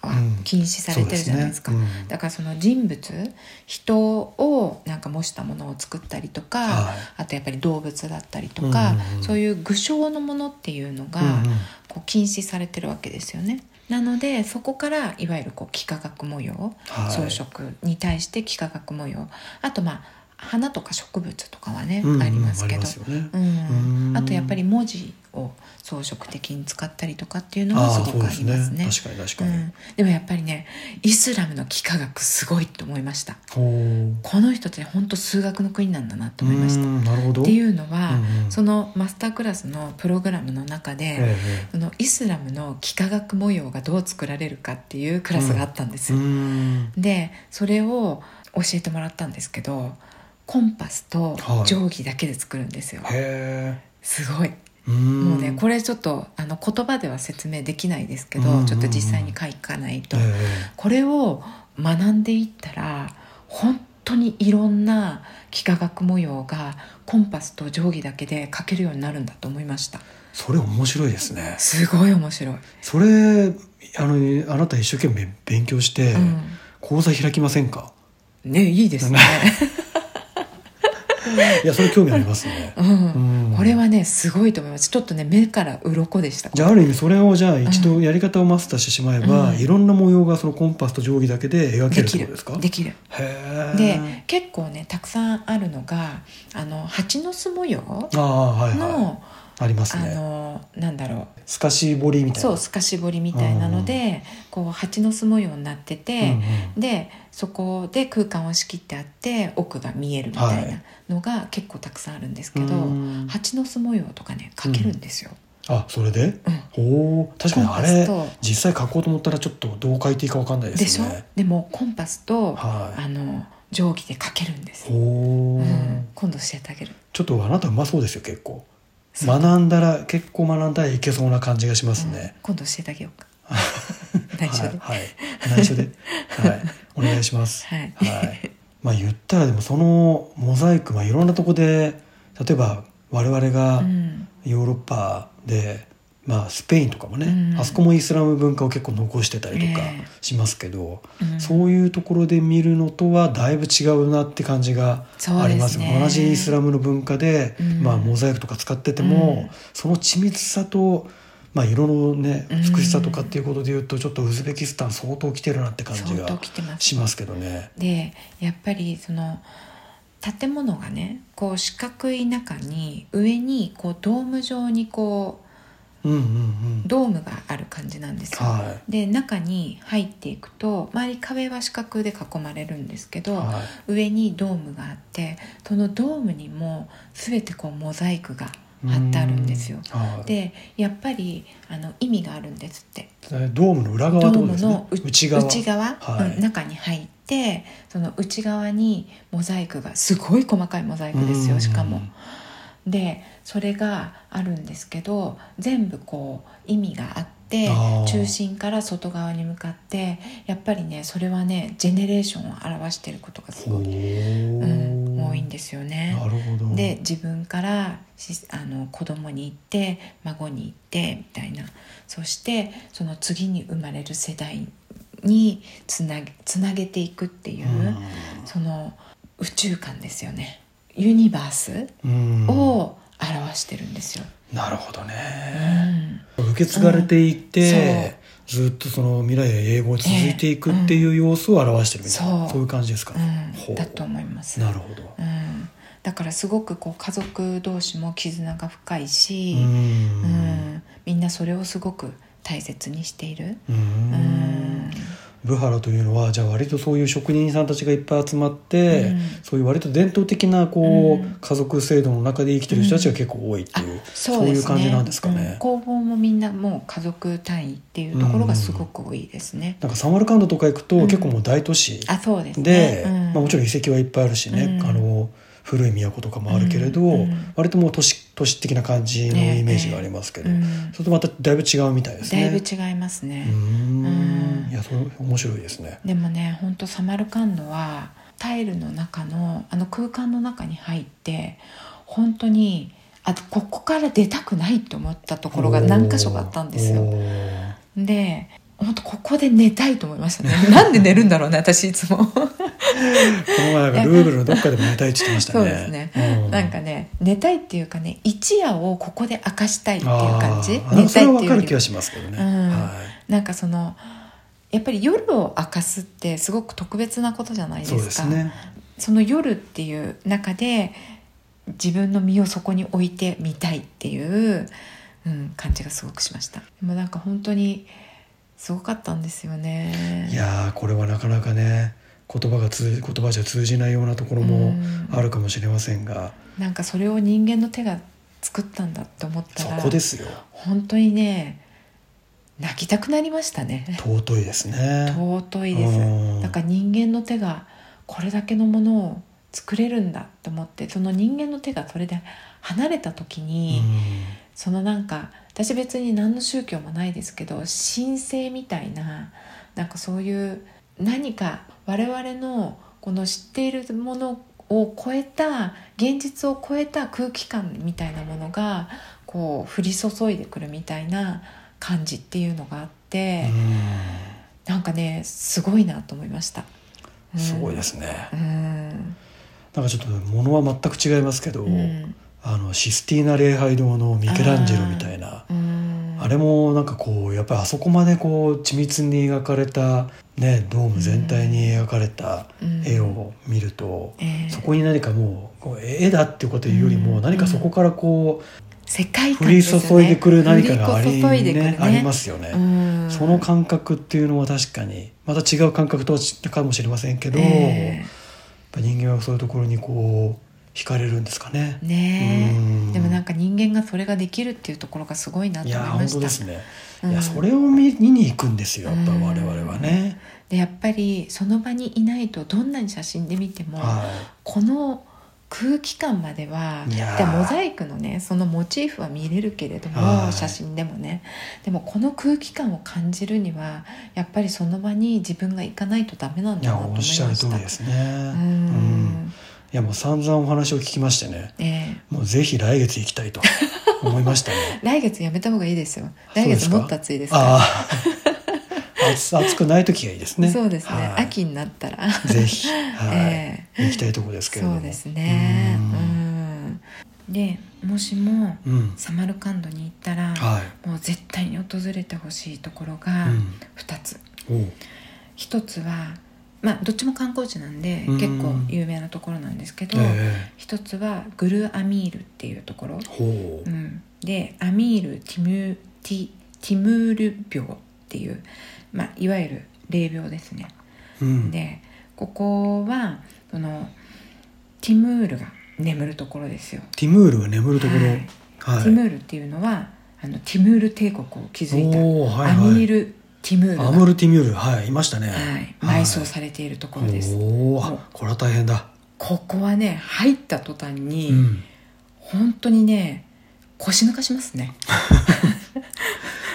はうん禁止されてるじゃないですか、そうですねうんだからその人物人をなんか模したものを作ったりとか、はいあとやっぱり動物だったりとか、うんうんうんそういう具象のものっていうのが、うんうんこう禁止されてるわけですよね。なのでそこからいわゆるこう幾何学模様、はい装飾に対して幾何学模様あとまあ花とか植物とかはね、うんうんありますけありどますよねうんうんあとやっぱり文字を装飾的に使ったりとかっていうのもあすあごそうくであすりねますね。確かに確かに。うん、でもやっぱりねイスラムの幾何学すごいと思いましたほうこの人って本当数学の国なんだなと思いましたうっんなるほど。ていうのは、うんうんそのマスタークラスのプログラムの中で、ええそのイスラムの幾何学模様がどう作られるかっていうクラスがあったんですうよ、んでそれを教えてもらったんですけどコンパスとはい定規だけで作るんですよ、へすごいえうんもうねこれちょっとあの言葉では説明できないですけど、うんうんうんちょっと実際に書かないと、えこれを学んでいったら本当にいろんな幾何学模様がコンパスと定規だけで書けるようになるんだと思いましたえそれ面白いですねすごい面白い、それあのあなた一生懸命勉強して、う講座開きませんかん、ねいいですね、、いやそれ興味ありますね うん、うんこれはねすごいと思いますちょっとね目から鱗でしたじゃあある意味それをじゃあ一度やり方をマスターしてしまえば、うんいろんな模様がそのコンパスと定規だけで描でけるっきてこるとですかできるへえで結構ねたくさんあるのがあの蜂の巣模様の、ああはいはいありますあねのなんだろう透かし彫りみたいなそう透かし彫りみたいなので、こう蜂の巣模様になってうんうてん、でそこで空間を仕切ってあって奥が見えるみたいはなのが結構たくさんあるんですけど、うん蜂の巣模様とかね描けるんですよ。あそれで、おお確かにあれコンパス実際書こうと思ったらちょっとどう書いていいかわかんないででしすょよねでもコンパスと、はあの定規で描けるんですい、おお、うん今度教えてあげる。ちょっとあなたうまそうですよ結構そう学んだら結構学んだらいけそうな感じがしますうんね、今度教えてあげよ うか。内緒で。はい、はい、内緒ではいお願いしま すはいはい、まあ言ったらでもそのモザイクはいろんなとこで例えば我々がうんヨーロッパで、まあ、スペインとかもね、うんあそこもイスラム文化を結構残してたりとかええしますけど、うんそういうところで見るのとはだいぶ違うなって感じがありますそうですね同じイスラムの文化で、うんまあ、モザイクとか使ってても、うんその緻密さと、まあ、色のねうん美しさとかっていうことでいうとちょっとウズベキスタン相当来てるなって感じ相当が来てますしますけどね。でやっぱりその建物がねこう四角い中に上にこうドーム状にこうんうんう、うんドームがある感じなんですよ。はで中に入っていくと周り壁は四角で囲まれるんですけいど、は上にドームがあってそのドームにも全てこうモザイクが貼ってあるんですよ。うんはいでやっぱりあの意味があるんですって。ドームの裏ド側ってーことムですねのう内側内側はいうん中に入ってその内側にモザイクがすごい細かいモザイクですうよんしかも。でそれがあるんですけど全部こう意味があってあー中心から外側に向かってやっぱりねそれはねジェネレーションを表していることがすごほうい、うん、多いんですよね。なるほどで自分からしあの子供に行って孫に行ってみたいなそしてその次に生まれる世代につなげつなげていくっていう、その宇宙観ですよねユニバースうんうんを表してるんですよ。なるほどうね、ん受け継がれていって、ずっとその未来や英語が続いていくっていう様子を表してるみたいな、ええうんそういう感じですか、うほん、うだと思います。なるほど、うん、だからすごくこう家族同士も絆が深いしう、うんんみんなそれをすごく大切にしている。ううんんブハラというのはじゃあ割とそういう職人さんたちがいっぱい集まって、うんそういう割と伝統的なこう、うん家族制度の中で生きてる人たちが結構多いっていう、そうでいすう感じなんですかね。うん工房もみんなもう家族単位っていうところがすごく多いですね。なんかサマルカンドとか行くと、うん結構もう大都市あ、そうですね。で、うんまあ、もちろん遺跡はいっぱいあるしね、うんあの古い都とかもあるけれど、うんうん割ともう都市都市的な感じのイメージがありますけど、うんそれとまただいぶ違うみたいですだね。いぶ違いますねうー。んうんいやそれ面白いですね。でもね、本当サマルカンドはタイルの中のあの空間の中に入って本当にあここから出たくないと思ったところが何箇所かあったんですおよ。ーで。本当ここで寝たいと思いま したね。なんで寝るんだろうね、私いつも。 この前なんかルーブルのどっかでも寝たいって言ってましたそね。うですね、うなんかね寝たいっていうかね一夜をここで明かしたいっていう感じあー寝そたれいはっていうわよかるり気がしますけどね。うんはい。なんかそのやっぱり夜を明かすってすごく特別なことじゃないですそかうですね。その夜っていう中で自分の身をそこに置いてみたいっていう、うん、感じがすごくしましたでもなんか本当にすごかったんですよねいやーこれはなかなかね言葉が通言葉じゃ通じないようなところうもんあるかもしれませんが、なんかそれを人間の手が作ったんだって思ったそらこですよ本当にね泣きたくなりましたね尊いですね。尊いですうんだから人間の手がこれだけのものを作れるんだと思ってその人間の手がそれで離れた時に、そのなんか私別に何の宗教もないですけど神聖みたいななんかそういう何か我々のこの知っているものを超えた現実を超えた空気感みたいなものがこう降り注いでくるみたいな感じっていうのがあって、なんかねすごいなと思いました。うんすごいですねうん、なんかちょっと物は全く違いますけど、うんあのシスティーナ礼拝堂のミケランジェロみたいなうん、あれもなんかこうやっぱりあそこまでこう緻密に描かれた、ね、ドーム全体に描かれたうん絵を見ると、ええそこに何かもうこう絵だっていうことよりうもん何かそこからこ世界う観降りです注よねいでくる何かがあり,、降り注いでくるねね、ありますよね、うんその感覚っていうのは確かにまた違う感覚とは違うかもしれませんけど、やえっぱ人間はそういうところにこう惹かれるんですかねえ。ねえうんでもなんか人間がそれができるっていうところがすごいなとい思いやま本した当ですね、うんいやそれを見見に行くんですよやっぱうん我々はね、でやっぱりその場にいないとどんなに写真で見ても、はこの空気感まではいやーでモザイクのねそのモチーフは見れるけれどはもい写真でもねでもこの空気感を感じるにはやっぱりその場に自分が行かないとダメなんい、いだやなと思いおまっしゃる通しりたですねううんんいやもう散々お話を聞きましてねえもうぜひ来月行き たいと思いましたねえ来月やめた方がいいですよそう来です月かもっと暑いですからああ 暑暑くない時がいいですねそうですね、はい秋になったらぜ ひ、はいえ行きたいとこですけれどそもうですねうんうんでもしもうんサマルカンドに行ったら、はいもう絶対に訪れてほしいところがうん2つ、おう1つはまあどっちも観光地なんでうん結構有名なところなんですけど、え1つはグルアミールっていうところえ、ほう、うんでアミール・ティムティティムール病っていう、まあ、いわゆる霊病ですねうんでここはそのティムールが眠るところですよティムールが眠るところはいはいティムールっていうのはあのティムール帝国を築いた、おーはいはアいミール・ティムールが、アムルティミュールはいいましたねはい、埋葬されているところです、おおもうこれは大変だここはね入った途端に、うん本当にね腰抜かしますね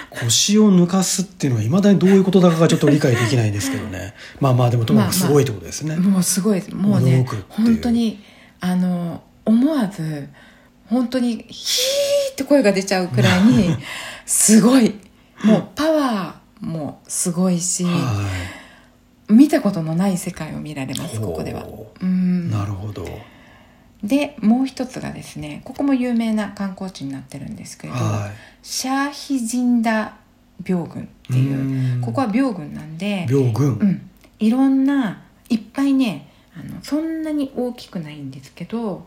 腰を抜かすっていうのはいまだにどういうことだかがちょっと理解できないんですけどね まあまあでもともかくすごいってことですね、もうすごいですもうね驚くっていう本当にあの思わず本当にヒーって声が出ちゃうくらい にすごいもうパワーもすごいしはい見たことのない世界を見られますほうここではうんなるほどでもう一つがですねここも有名な観光地になってるんですけれどはシャーヒジンダ病群っていううんここは病群なんでい病群、うん、いろんないっぱいねあのそんなに大きくないんですけど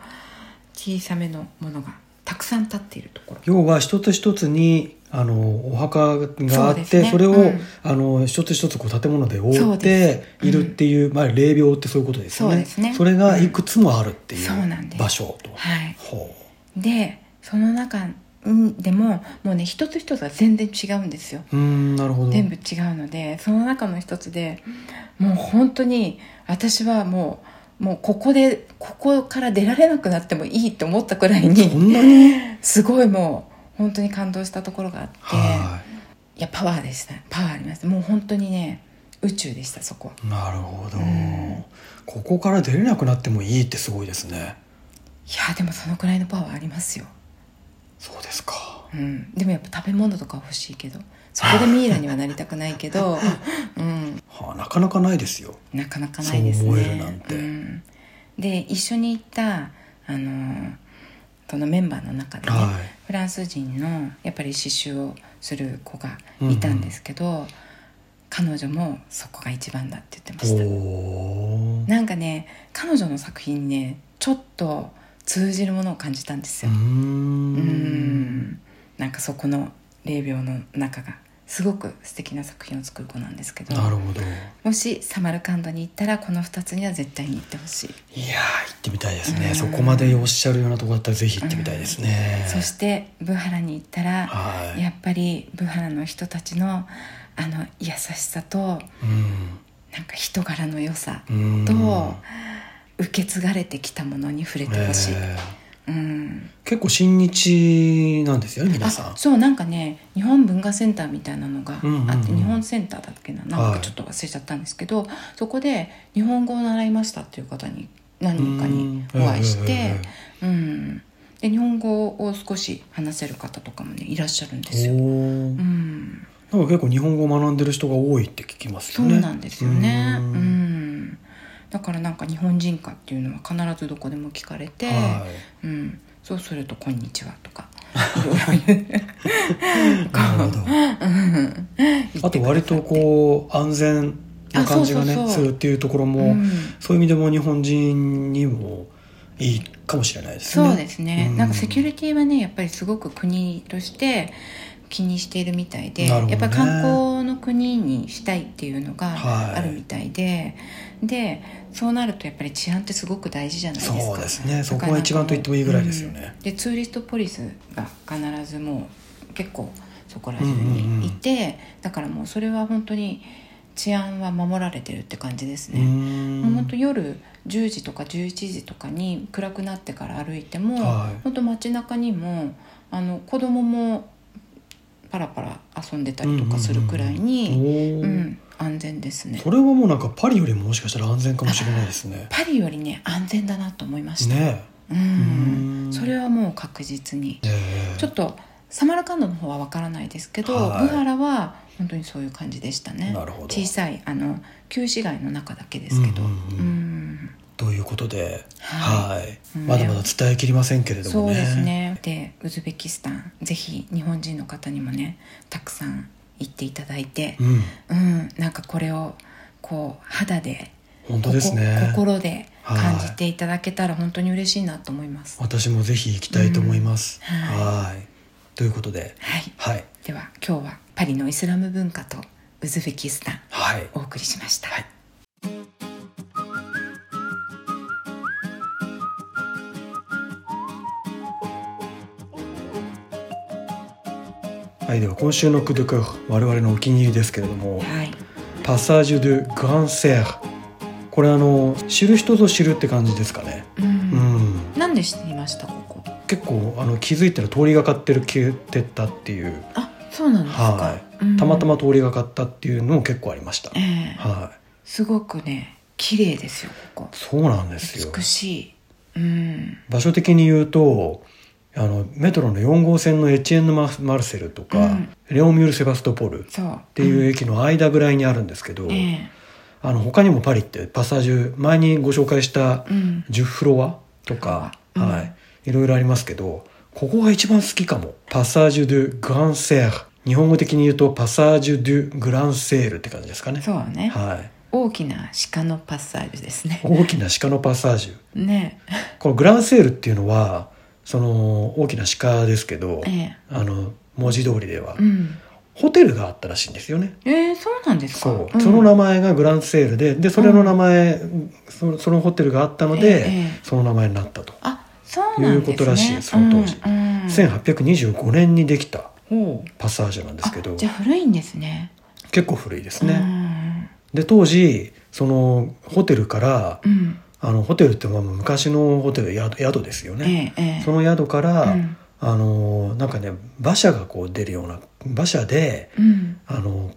小さめのものがたくさん立っているところ要は一つ一つにあのお墓があっそうでてすそ,、ねれを、うんあの一つ一つこう建物でそ覆うってでいるっていう、まあ、霊廟ってそういうことですよねそうですねそれがいくつもあるっていそうなんですう場所と、はいほでその中んでももうね一つ一つが全然違うんですよううんなるほど全部違うのでその中の一つでもう本当に私はもうもうここでここから出られなくなってもいいと思ったくらいこにんなに、すごいもう本当に感動したところがあって。はいいやパワーでしたパワーありますもう本当にね宇宙でしたそこはなるほど、うんここから出れなくなってもいいってすごいですねいやでもそのくらいのパワーありますよ、そうですかうん、でもやっぱ食べ物とか欲しいけどそこでミイラにはなりたくないけ ど、うん、はあ、なかなかないですよなかなかないですねそう思えるなんてうん、で一緒に行ったあのーそのメンバーの中でね、はいフランス人のやっぱり刺繍をする子がいたんですけど、彼女もそこが一番だって言ってましたおーなんかね彼女の作品にねちょっと通じるものを感じたんですうーようんんなんかそこの霊廟の中がすごく素敵な作品を作る子なんですけどなるほどいもしサマルカンドに行ったらこの2つには絶対に行ってほしい、やー行ってみたいですね、うんそこまでおっしゃるようなとこだったらぜひ行ってみたいですね、そしてブハラに行ったらはいやっぱりブハラの人たちのあの優しさとうんなんか人柄の良さうんと受け継がれてきたものに触れてほしい、えーうん、結構親日なんですよね皆さあんそうなんかね日本文化センターみたいなのがあって、うんうんうん日本センターだっけななんはかいちょっと忘れちゃったんですけど、そこで日本語を習いましたっていう方に何人かにお会いして、うんで日本語を少し話せる方とかもねいらっしゃるんですうんよ。うんうんうんうん、おーなんか結構日本語を学んでる人が多いって聞きますそようねなんですよね。ううんんだからなんか日本人かっていうのは必ずどこでも聞かれて、はいうん、そうすると「こんにちは」とかいろいろ言うなるほどうんあと割とこう安全な感じがねあそうそうすそうるっていうところも、うんそういう意味でも日本人にもいいかもしれないですね。そうですね、うんなんかセキュリティはねやっぱりすごく国として気にしているみたいで、なるほどねやっぱり観光の国にしたいっていうのはいがあるみたいで、でそうなるとやっぱり治安ってすごく大事じゃないですかそうですね。だそこからが一番と言ってもいいぐらいですよね。うんでツーリストポリスが必ずもう結構そこら中にいて、だからもうそれは本当に治安は守られてるって感じですうーね、んもう本当夜10時とか11時とかに暗くなってから歩いても、はい本当街中にもあの子供もパラパラ遊んでたりとかするくらいに、おうんー安全ですねそれはもうなんかパリよりももしかしたら安全かもしれないですね。パリよりね安全だなと思いました、ねうえ。んうーんそれはもう確実に、ねえちょっとサマルカンドの方はわからないですけど、はいブハラは本当にそういう感じでしたねなるほど小さいあの旧市街の中だけですけどうんうんうんうんということで、ははい、うんまだまだ伝えきりませんけれどそもうね。ですねでウズベキスタンぜひ日本人の方にもねたくさん行っていただいてうん、うん、なんかこれをこう肌で本当ですね。ここ心で感じていただけたら本当に嬉しいなと思いますは私もぜひ行きたいと思います。うんははい。ということで、いはい。では今日はパリのイスラム文化とウズベキスタンはい。お送りしました、はい、では今週のクドゥク我々のお気に入りですけれども、はいパサージュ・ドゥ・グランセールこれあの知る人ぞ知るって感じですかね、うんうん、なんで知りましたここ結構あの気づいたら通りがかってる消えてったっていう、あそうなんですか、はいうんたまたま通りがかったっていうのも結構ありました、ええはいすごくね綺麗ですよここそうなんですよ美しいうん場所的に言うとあのメトロの4号線のエチエンヌ・ママルセルとか、うんレオミュール・セバストポルっそうっていうう駅の間ぐらいにあるんですけど、んえあの他にもパリってパサージュ前にご紹介したえうん10フロアとか、うんはい、いろいろありますけどここが一番好きかもパサージュ・ドゥ・グランセール日本語的に言うとパサージュ・ドゥ・グランセールって感じですかね、そうねはい、大きな鹿のパッサージュですね大きな鹿のパサージュねこのグランセールっていうのはその大きな鹿ですけど、ええあの文字通りでは、えうんホテルがあったらしいんですよねええそうなんですかそう、んその名前がグランセールででそれの名前、そのそのホテルがあったので、ええその名前になったと、あそうなんですねいうことらしいですその当時うんうん1825年にできたほうパサージュなんですけあどじゃあ古いんですね結構古いですうね、んで当時そのホテルからうんあのホテルってまあ昔のホテル宿宿ですよえね、えええその宿から、うんあのなんかね馬車がこう出るような馬車でうんあの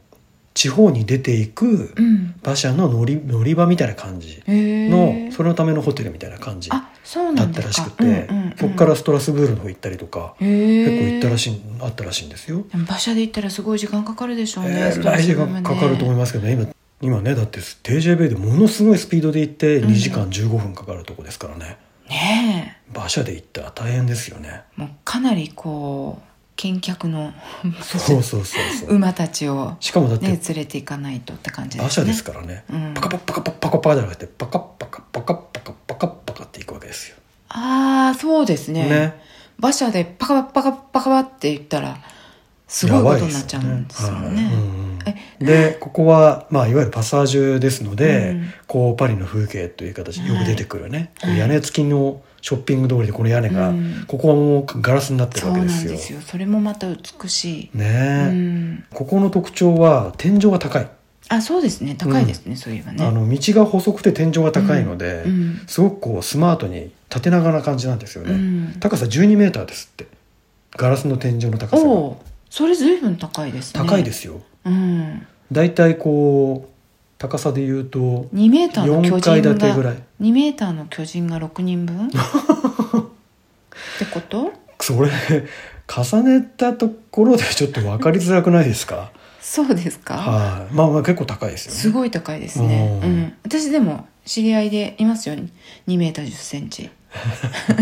地方に出ていくうん馬車の乗り乗り場みたいな感じええのそれのためのホテルみたいな感じだあそうなっんでたすからしくてそこからストラスブールの方行ったりとか結構行ったらしいあったらしいんですよ。い馬車で行ったらすごい時間かかるでしょうね、えー、来時間かかると思いいますけどね今今ねだって DJB でものすごいスピードで行ってうん2時間15分かかるとこですからね、ますね馬車で行ったら大変ですよねえもうかなりこう見客のそうそうそうそう馬たちを、しかもだってね、連れて行かないとって感じですね馬車ですからねうんパカパカパカパカパカじゃなくてパカパカパカパカパカパカっていくわけですよああそうですねね馬車でパカパカパカパって言ったらすごいことになっちゃうんですよねやばいですよねはいうんうんでここは、まあ、いわゆるパサージュですので、うんこうパリの風景という形でよく出てくるね、はい屋根付きのショッピング通りでこの屋根が、うんここはもうガラスになってるそわうけなでんすよ。ですよそれもまた美しい、ねえうんここの特徴は天井が高いあそうですね高いですね、そういえばねあの道が細くて天井が高いので、うんすごくこうスマートに縦長な感じなんですようね、ん、高さ12メーターですってガラスの天井の高さおがおそれ随分高いですね、高いですすよ、うん、だいたいこう高さで言うと2メーターの巨4階人建てぐがらい2メーターの巨人が6人 分ってことそれ重ねたところでちょっと分かりづらくないですかそうですか、はい、まあまあ結構高いですよねすごい高いですね、ううんん私でも知り合いでいますよ2メーター1 0セン チだか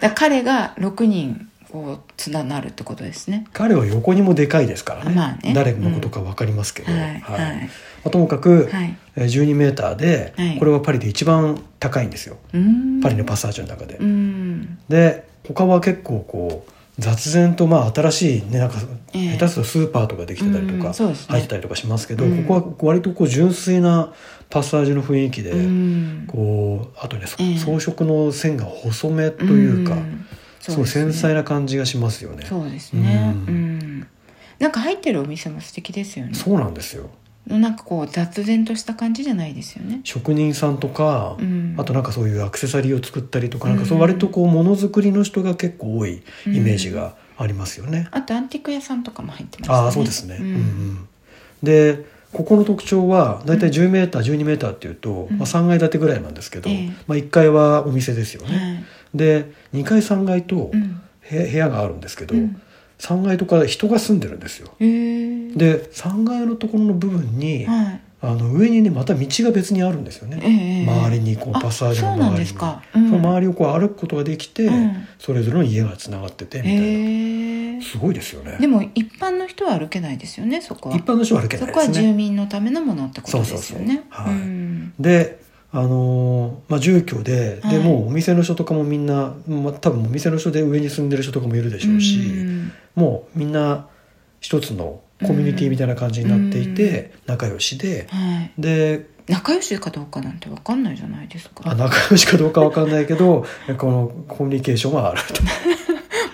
ら彼が6人こう連なるってことですね彼は横にもでかいですからね,、まあね誰のことか分かりますけど、はいはいまあともかく、はいえー12メーターで、はいこれはパリで一番高いんですようーんパリのパッサージュの中で、うんで他は結構こう雑然とまあ新しいねなんかええ下手するとスーパーとかできてたりとうんうかんそうですね入ってたりとかしますけど、うんここは割とこう純粋なパッサージュの雰囲気で、うんこうあとね、そええ装飾の線が細めというか、んすごい繊細なな感じがしますよね。そうですねううんん、なんか入ってるお店も素敵ですよねそうなんですよなんかこう雑然とした感じじゃないですよね、職人さんとか、うん、あとなんかそういうアクセサリーを作ったりとか、なんかそううん割とこうものづくりの人が結構多いイメージがありますよね。あとアンティーク屋さんとかも入ってますねああそうですね。うんんうんでここの特徴はだいたい10メーター12メーターっていうと、うんまあ、3階建てぐらいなんですけど、ええまあ、1階はお店ですよね。はいで2階3階とうん部部屋があるんですけど、うん3階とか人が住んでるんですよ。へーで3階のところの部分に、はいあの上にねまた道が別にあるんですよね。ええ周りにこうあパッサージュの周りにそうなんですか、うんその周りをこう歩くことができて、うんそれぞれの家がつながっててみたいな、へえすごいですよねでも一般の人は歩けないですよねそこは一般の人は歩けなそいでこはす住ね民のためのものってことですよねそうそうそうはいんであのーまあ、住居で,、はいでもうお店の人とかもみんな、まあ、多分お店の人で上に住んでる人とかもいるでしょうし、うんもうみんな一つのコミュニティみたいな感じになっていて、仲良しではいで仲良しかどうかなんてわかんないじゃないですあか仲良しかどうかわかんないけど このコミュニケーションはある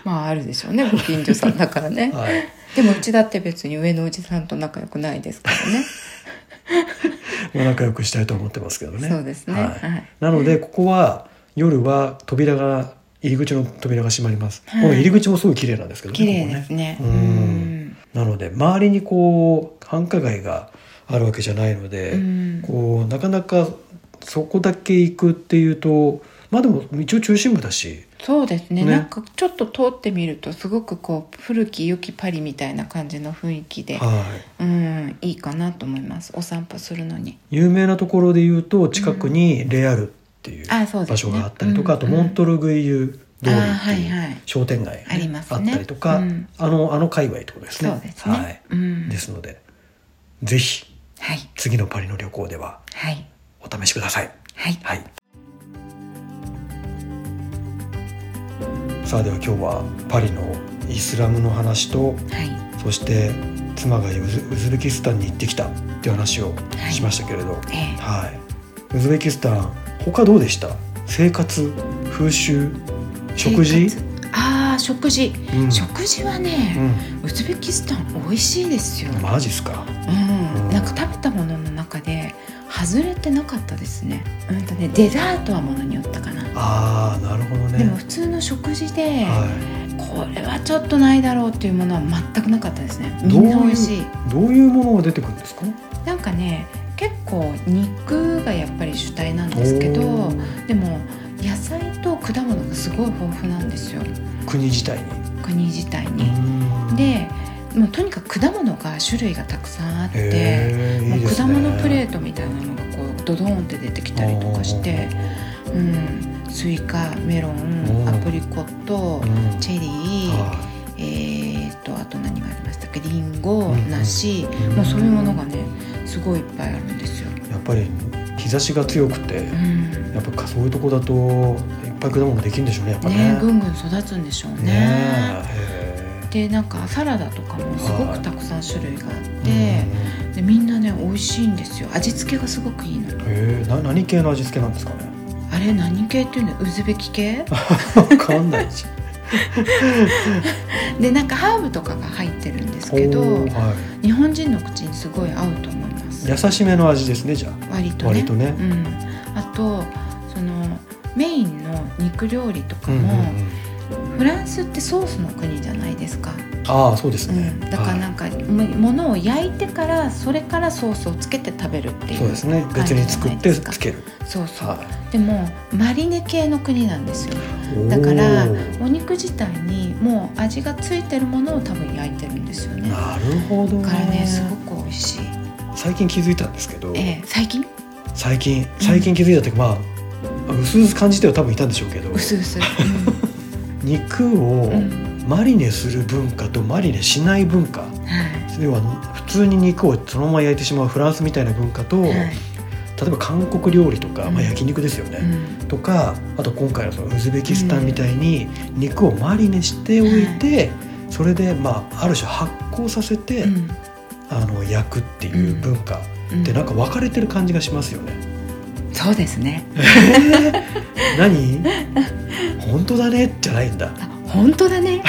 まああるでしょうねご近所さんだから ね と、はい、でもうちだって別に上のおじさんと仲良くないですからねまあ仲良くしたいと思ってますけどねそうですねはいはいなのでここは夜は扉が入り口の扉が閉まります、はいこの入り口もすごい綺麗なんですけど ね綺麗ですねここねうんここねなので周りにこう繁華街があるわけじゃないので、うんこうなかなかそこだけ行くっていうとまあでも一応中心部だしそうですねねなんかちょっと通ってみるとすごくこう古き良きパリみたいな感じの雰囲気で、はいうんいいかなと思いますお散歩するのに有名なところで言うと近くにレアルっていうあそうですね場所があったりとか、うんあとモントルグイユ通りあっはていいはうい商店街、ありますねったりとか、うんあのあの界隈ってことですね。そうですねはい、うんですのでぜひはい次のパリの旅行でははいお試しください。はいはい、さあでは今日はパリのイスラムの話はといそして妻がウズウズベキスタンに行ってきたっていう話をしましたけれど。ええはい、ウズベキスタン他どうでした生活風習食事生活ああ食事、うん食事はね、ウズベキスタン美味しいですよ、うん、マジっすかうん、なんか食べたものの中で外れてなかったですねうんとねデザートはものによったかな、ああなるほどねでも普通の食事で、はこれはちょっとないだろうっていうものは全くなかったですねどみうんいうな美味しいい、どういうものが出てくるんですかなんかね結構肉がやっぱり主体なんですけどおーでも野菜と果物がすごい豊富なんですよ国自体国自体に、に。うんでもうとにかく果物が種類がたくさんあって。へーもいいうですね果物プレートみたいなのがこうドドーンって出てきたりとかして、うん、スイカメロおンーアプリコットうんチェリー、はえー、とあと何がありましたっけりんごうんうん梨、うんもうそういうものがねすごいいっぱいあるんですよ。いやっぱり日差しが強くて、うんやっぱそういうとこだといっぱい果物できるんでしょうねやっぱねねぐんぐん育つんでしょうね。ねえでなんかサラダとかもすごくたくさん種類があっへて、えでみんなね美味しいんですよ味付けがすごくいいの。うんへえな何系の味付けなんですか ねあれ何系っていうのウズベキ系わかんないし。でなんかハーブとかが入ってるんですけおどーは日本人の口にすごい合うと思います。優しめの味ですねじゃあ割とね割とねうん、あとそのメインの肉料理とかうんうんうも、んフランスってソースの国じゃないですか、ああそうですうね、ん、だからはないんか、もものを焼いてからそれからソースをつけて食べるっていうそうですね感じ別にじゃ作なっいでてすかつけるそうそう、はでもマリネ系の国なんですよいだからおーお肉自体にもう味がついてるものを多分焼いてるんですよねだなるほどねからねすごく美味しい、最近気づいたんですけど、ええ最近最近最近気づいたっていうか、まあ薄々感じては多分いたんでしょうけどうすうす、う肉をんうんマリネする文化とマリネしない文化は要は普通に肉をそのまま焼いてしまうフランスみたいな文化と、いは例いえば韓国料理とか、まうあ、ん焼肉ですよね、うんとかあと今回のそのウズベキスタンみたいに肉をマリネしておいて、それで、まあ、ある種発酵させて、うんあの焼くっていう文化うんってなんか分かれてる感じがしますよね。そうですね 何本当だねじゃないんだ。あ本当だね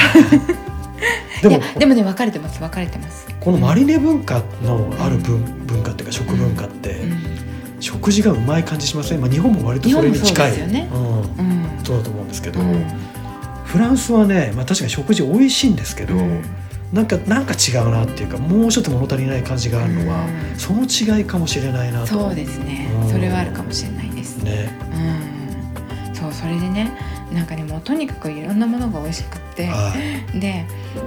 でいもやでもね分かれてます分かれてますこのマリネ文化のある文文化っていうか食文化って、うん食事がうまい感じしません、まあ、日本も割とそれに日本もそ近ういですよねうん、うんそうだと思うんですけど、うんフランスはね、まあ、確かに食事美味しいんですけど、うんなんかなんか違うなっていうかもうちょっと物足りない感じがあるのは、うんその違いかもしれないなとそうですねうんそれはあるかもしれないですねうんそうそれでねなんかねもうとにかくいろんなものが美味しくってはいで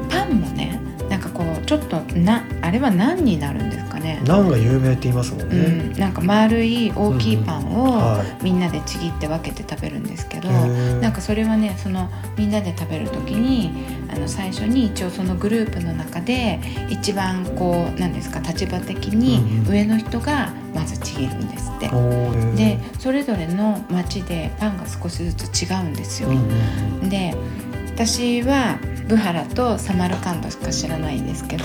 パンもねなんかこうちょっとなあれは何になるんですかねナンが有名って言いますもんうね、ん、なんか丸い大きいパンをはいみんなでちぎって分けて食べるんですけど、へなんーかそれはねそのみんなで食べる時にあの最初に一応そのグループの中で一番こうなんですか立場的うんにうん上の人がまずちぎるんですって。おーでそれぞれの町でパンが少しずつ違うんですようん。うんで私はブハラとサマルカンドしか知らないんですけど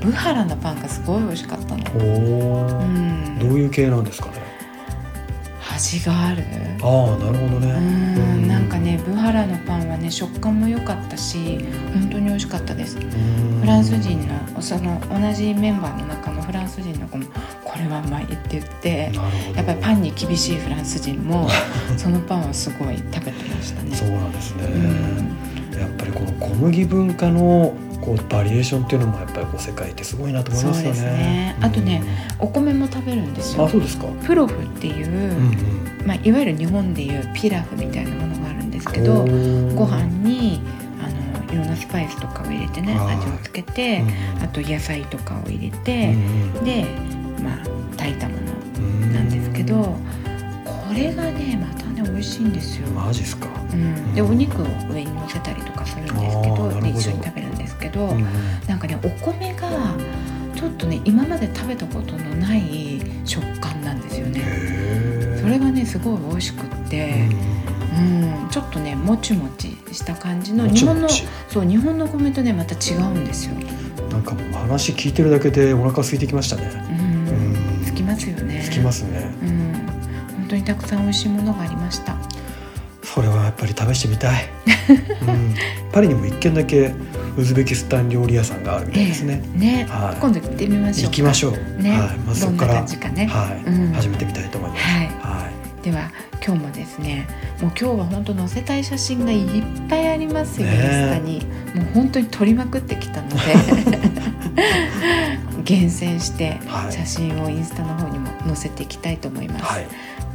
ブハラのパンがすごい美味しかったの。うんおうーん、どういう系なんですかね味があるああなるほどねうんなんかねブハラのパンはね食感も良かったし本当に美味しかったですフフランス人のその同じメンバーの中のフランス人の子もこれはうまいって言ってやっぱりパンに厳しいフランス人 もそのパンはすごい食べてましたねそうなんですね、うんやっぱりこの小麦文化のこうバリエーションっていうのもやっぱりこう世界ってすごいなと思いますよそうね。ですねあとねお米も食べるんですうん、あよそうですか。プロフっていううんうんう、まあ、いわゆる日本でいうピラフみたいなものがあるんですけおどーご飯、にあのいろんなスパイスとかを入れてねはい味をつけて、あと野菜とかを入れうんて、でまあ炊いたものうんうんなんですけど、これがねまたね美味しいんですよ。マジっすか。うん、でお肉を上に乗せたりとかするんですけあーどなるほどで一緒に食べるんですけど、うんうんなんかねお米がちょっとね今まで食べたことのない食感なんですよね。へーそれがねすごい美味しくって。うんうん、ちょっとねもちもちした感じうんのも日ち本ものちそう日本のお米とねまた違うんですよ。なんかもう話聞いてるだけでお腹空いてきましたうね。ん、うんつきますよね。つきますね。うん、本当にたくさん美味しいものがありました。それはやっぱり試してみたい、 うん、パリにも一軒だけウズベキスタン料理屋さんがあるみたいですね、ええね、はい今度行ってみましょう行か。きましょう、ね、はい、まずどそんこかなら、感じかね。はい、うん始めてみたいと思います、はいはいでは今日もですね、もう今日は本当載せたい写真がいっぱいありますよ、ねインスタに。もう本当に撮りまくってき たので厳選してはい写真をインスタの方にも載せていきたいと思います。はい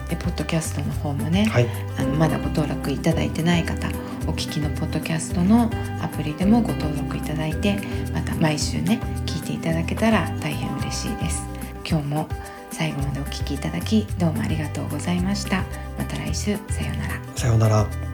でポッドキャストの方もね、はいあのまだご登録いただいてない方お聞きのポッドキャストのアプリでもご登録いただいてまた毎週ね聞いていただけたら大変嬉しいです今日も最後までお聞きいただきどうもありがとうございましたまた来週さようならさようなら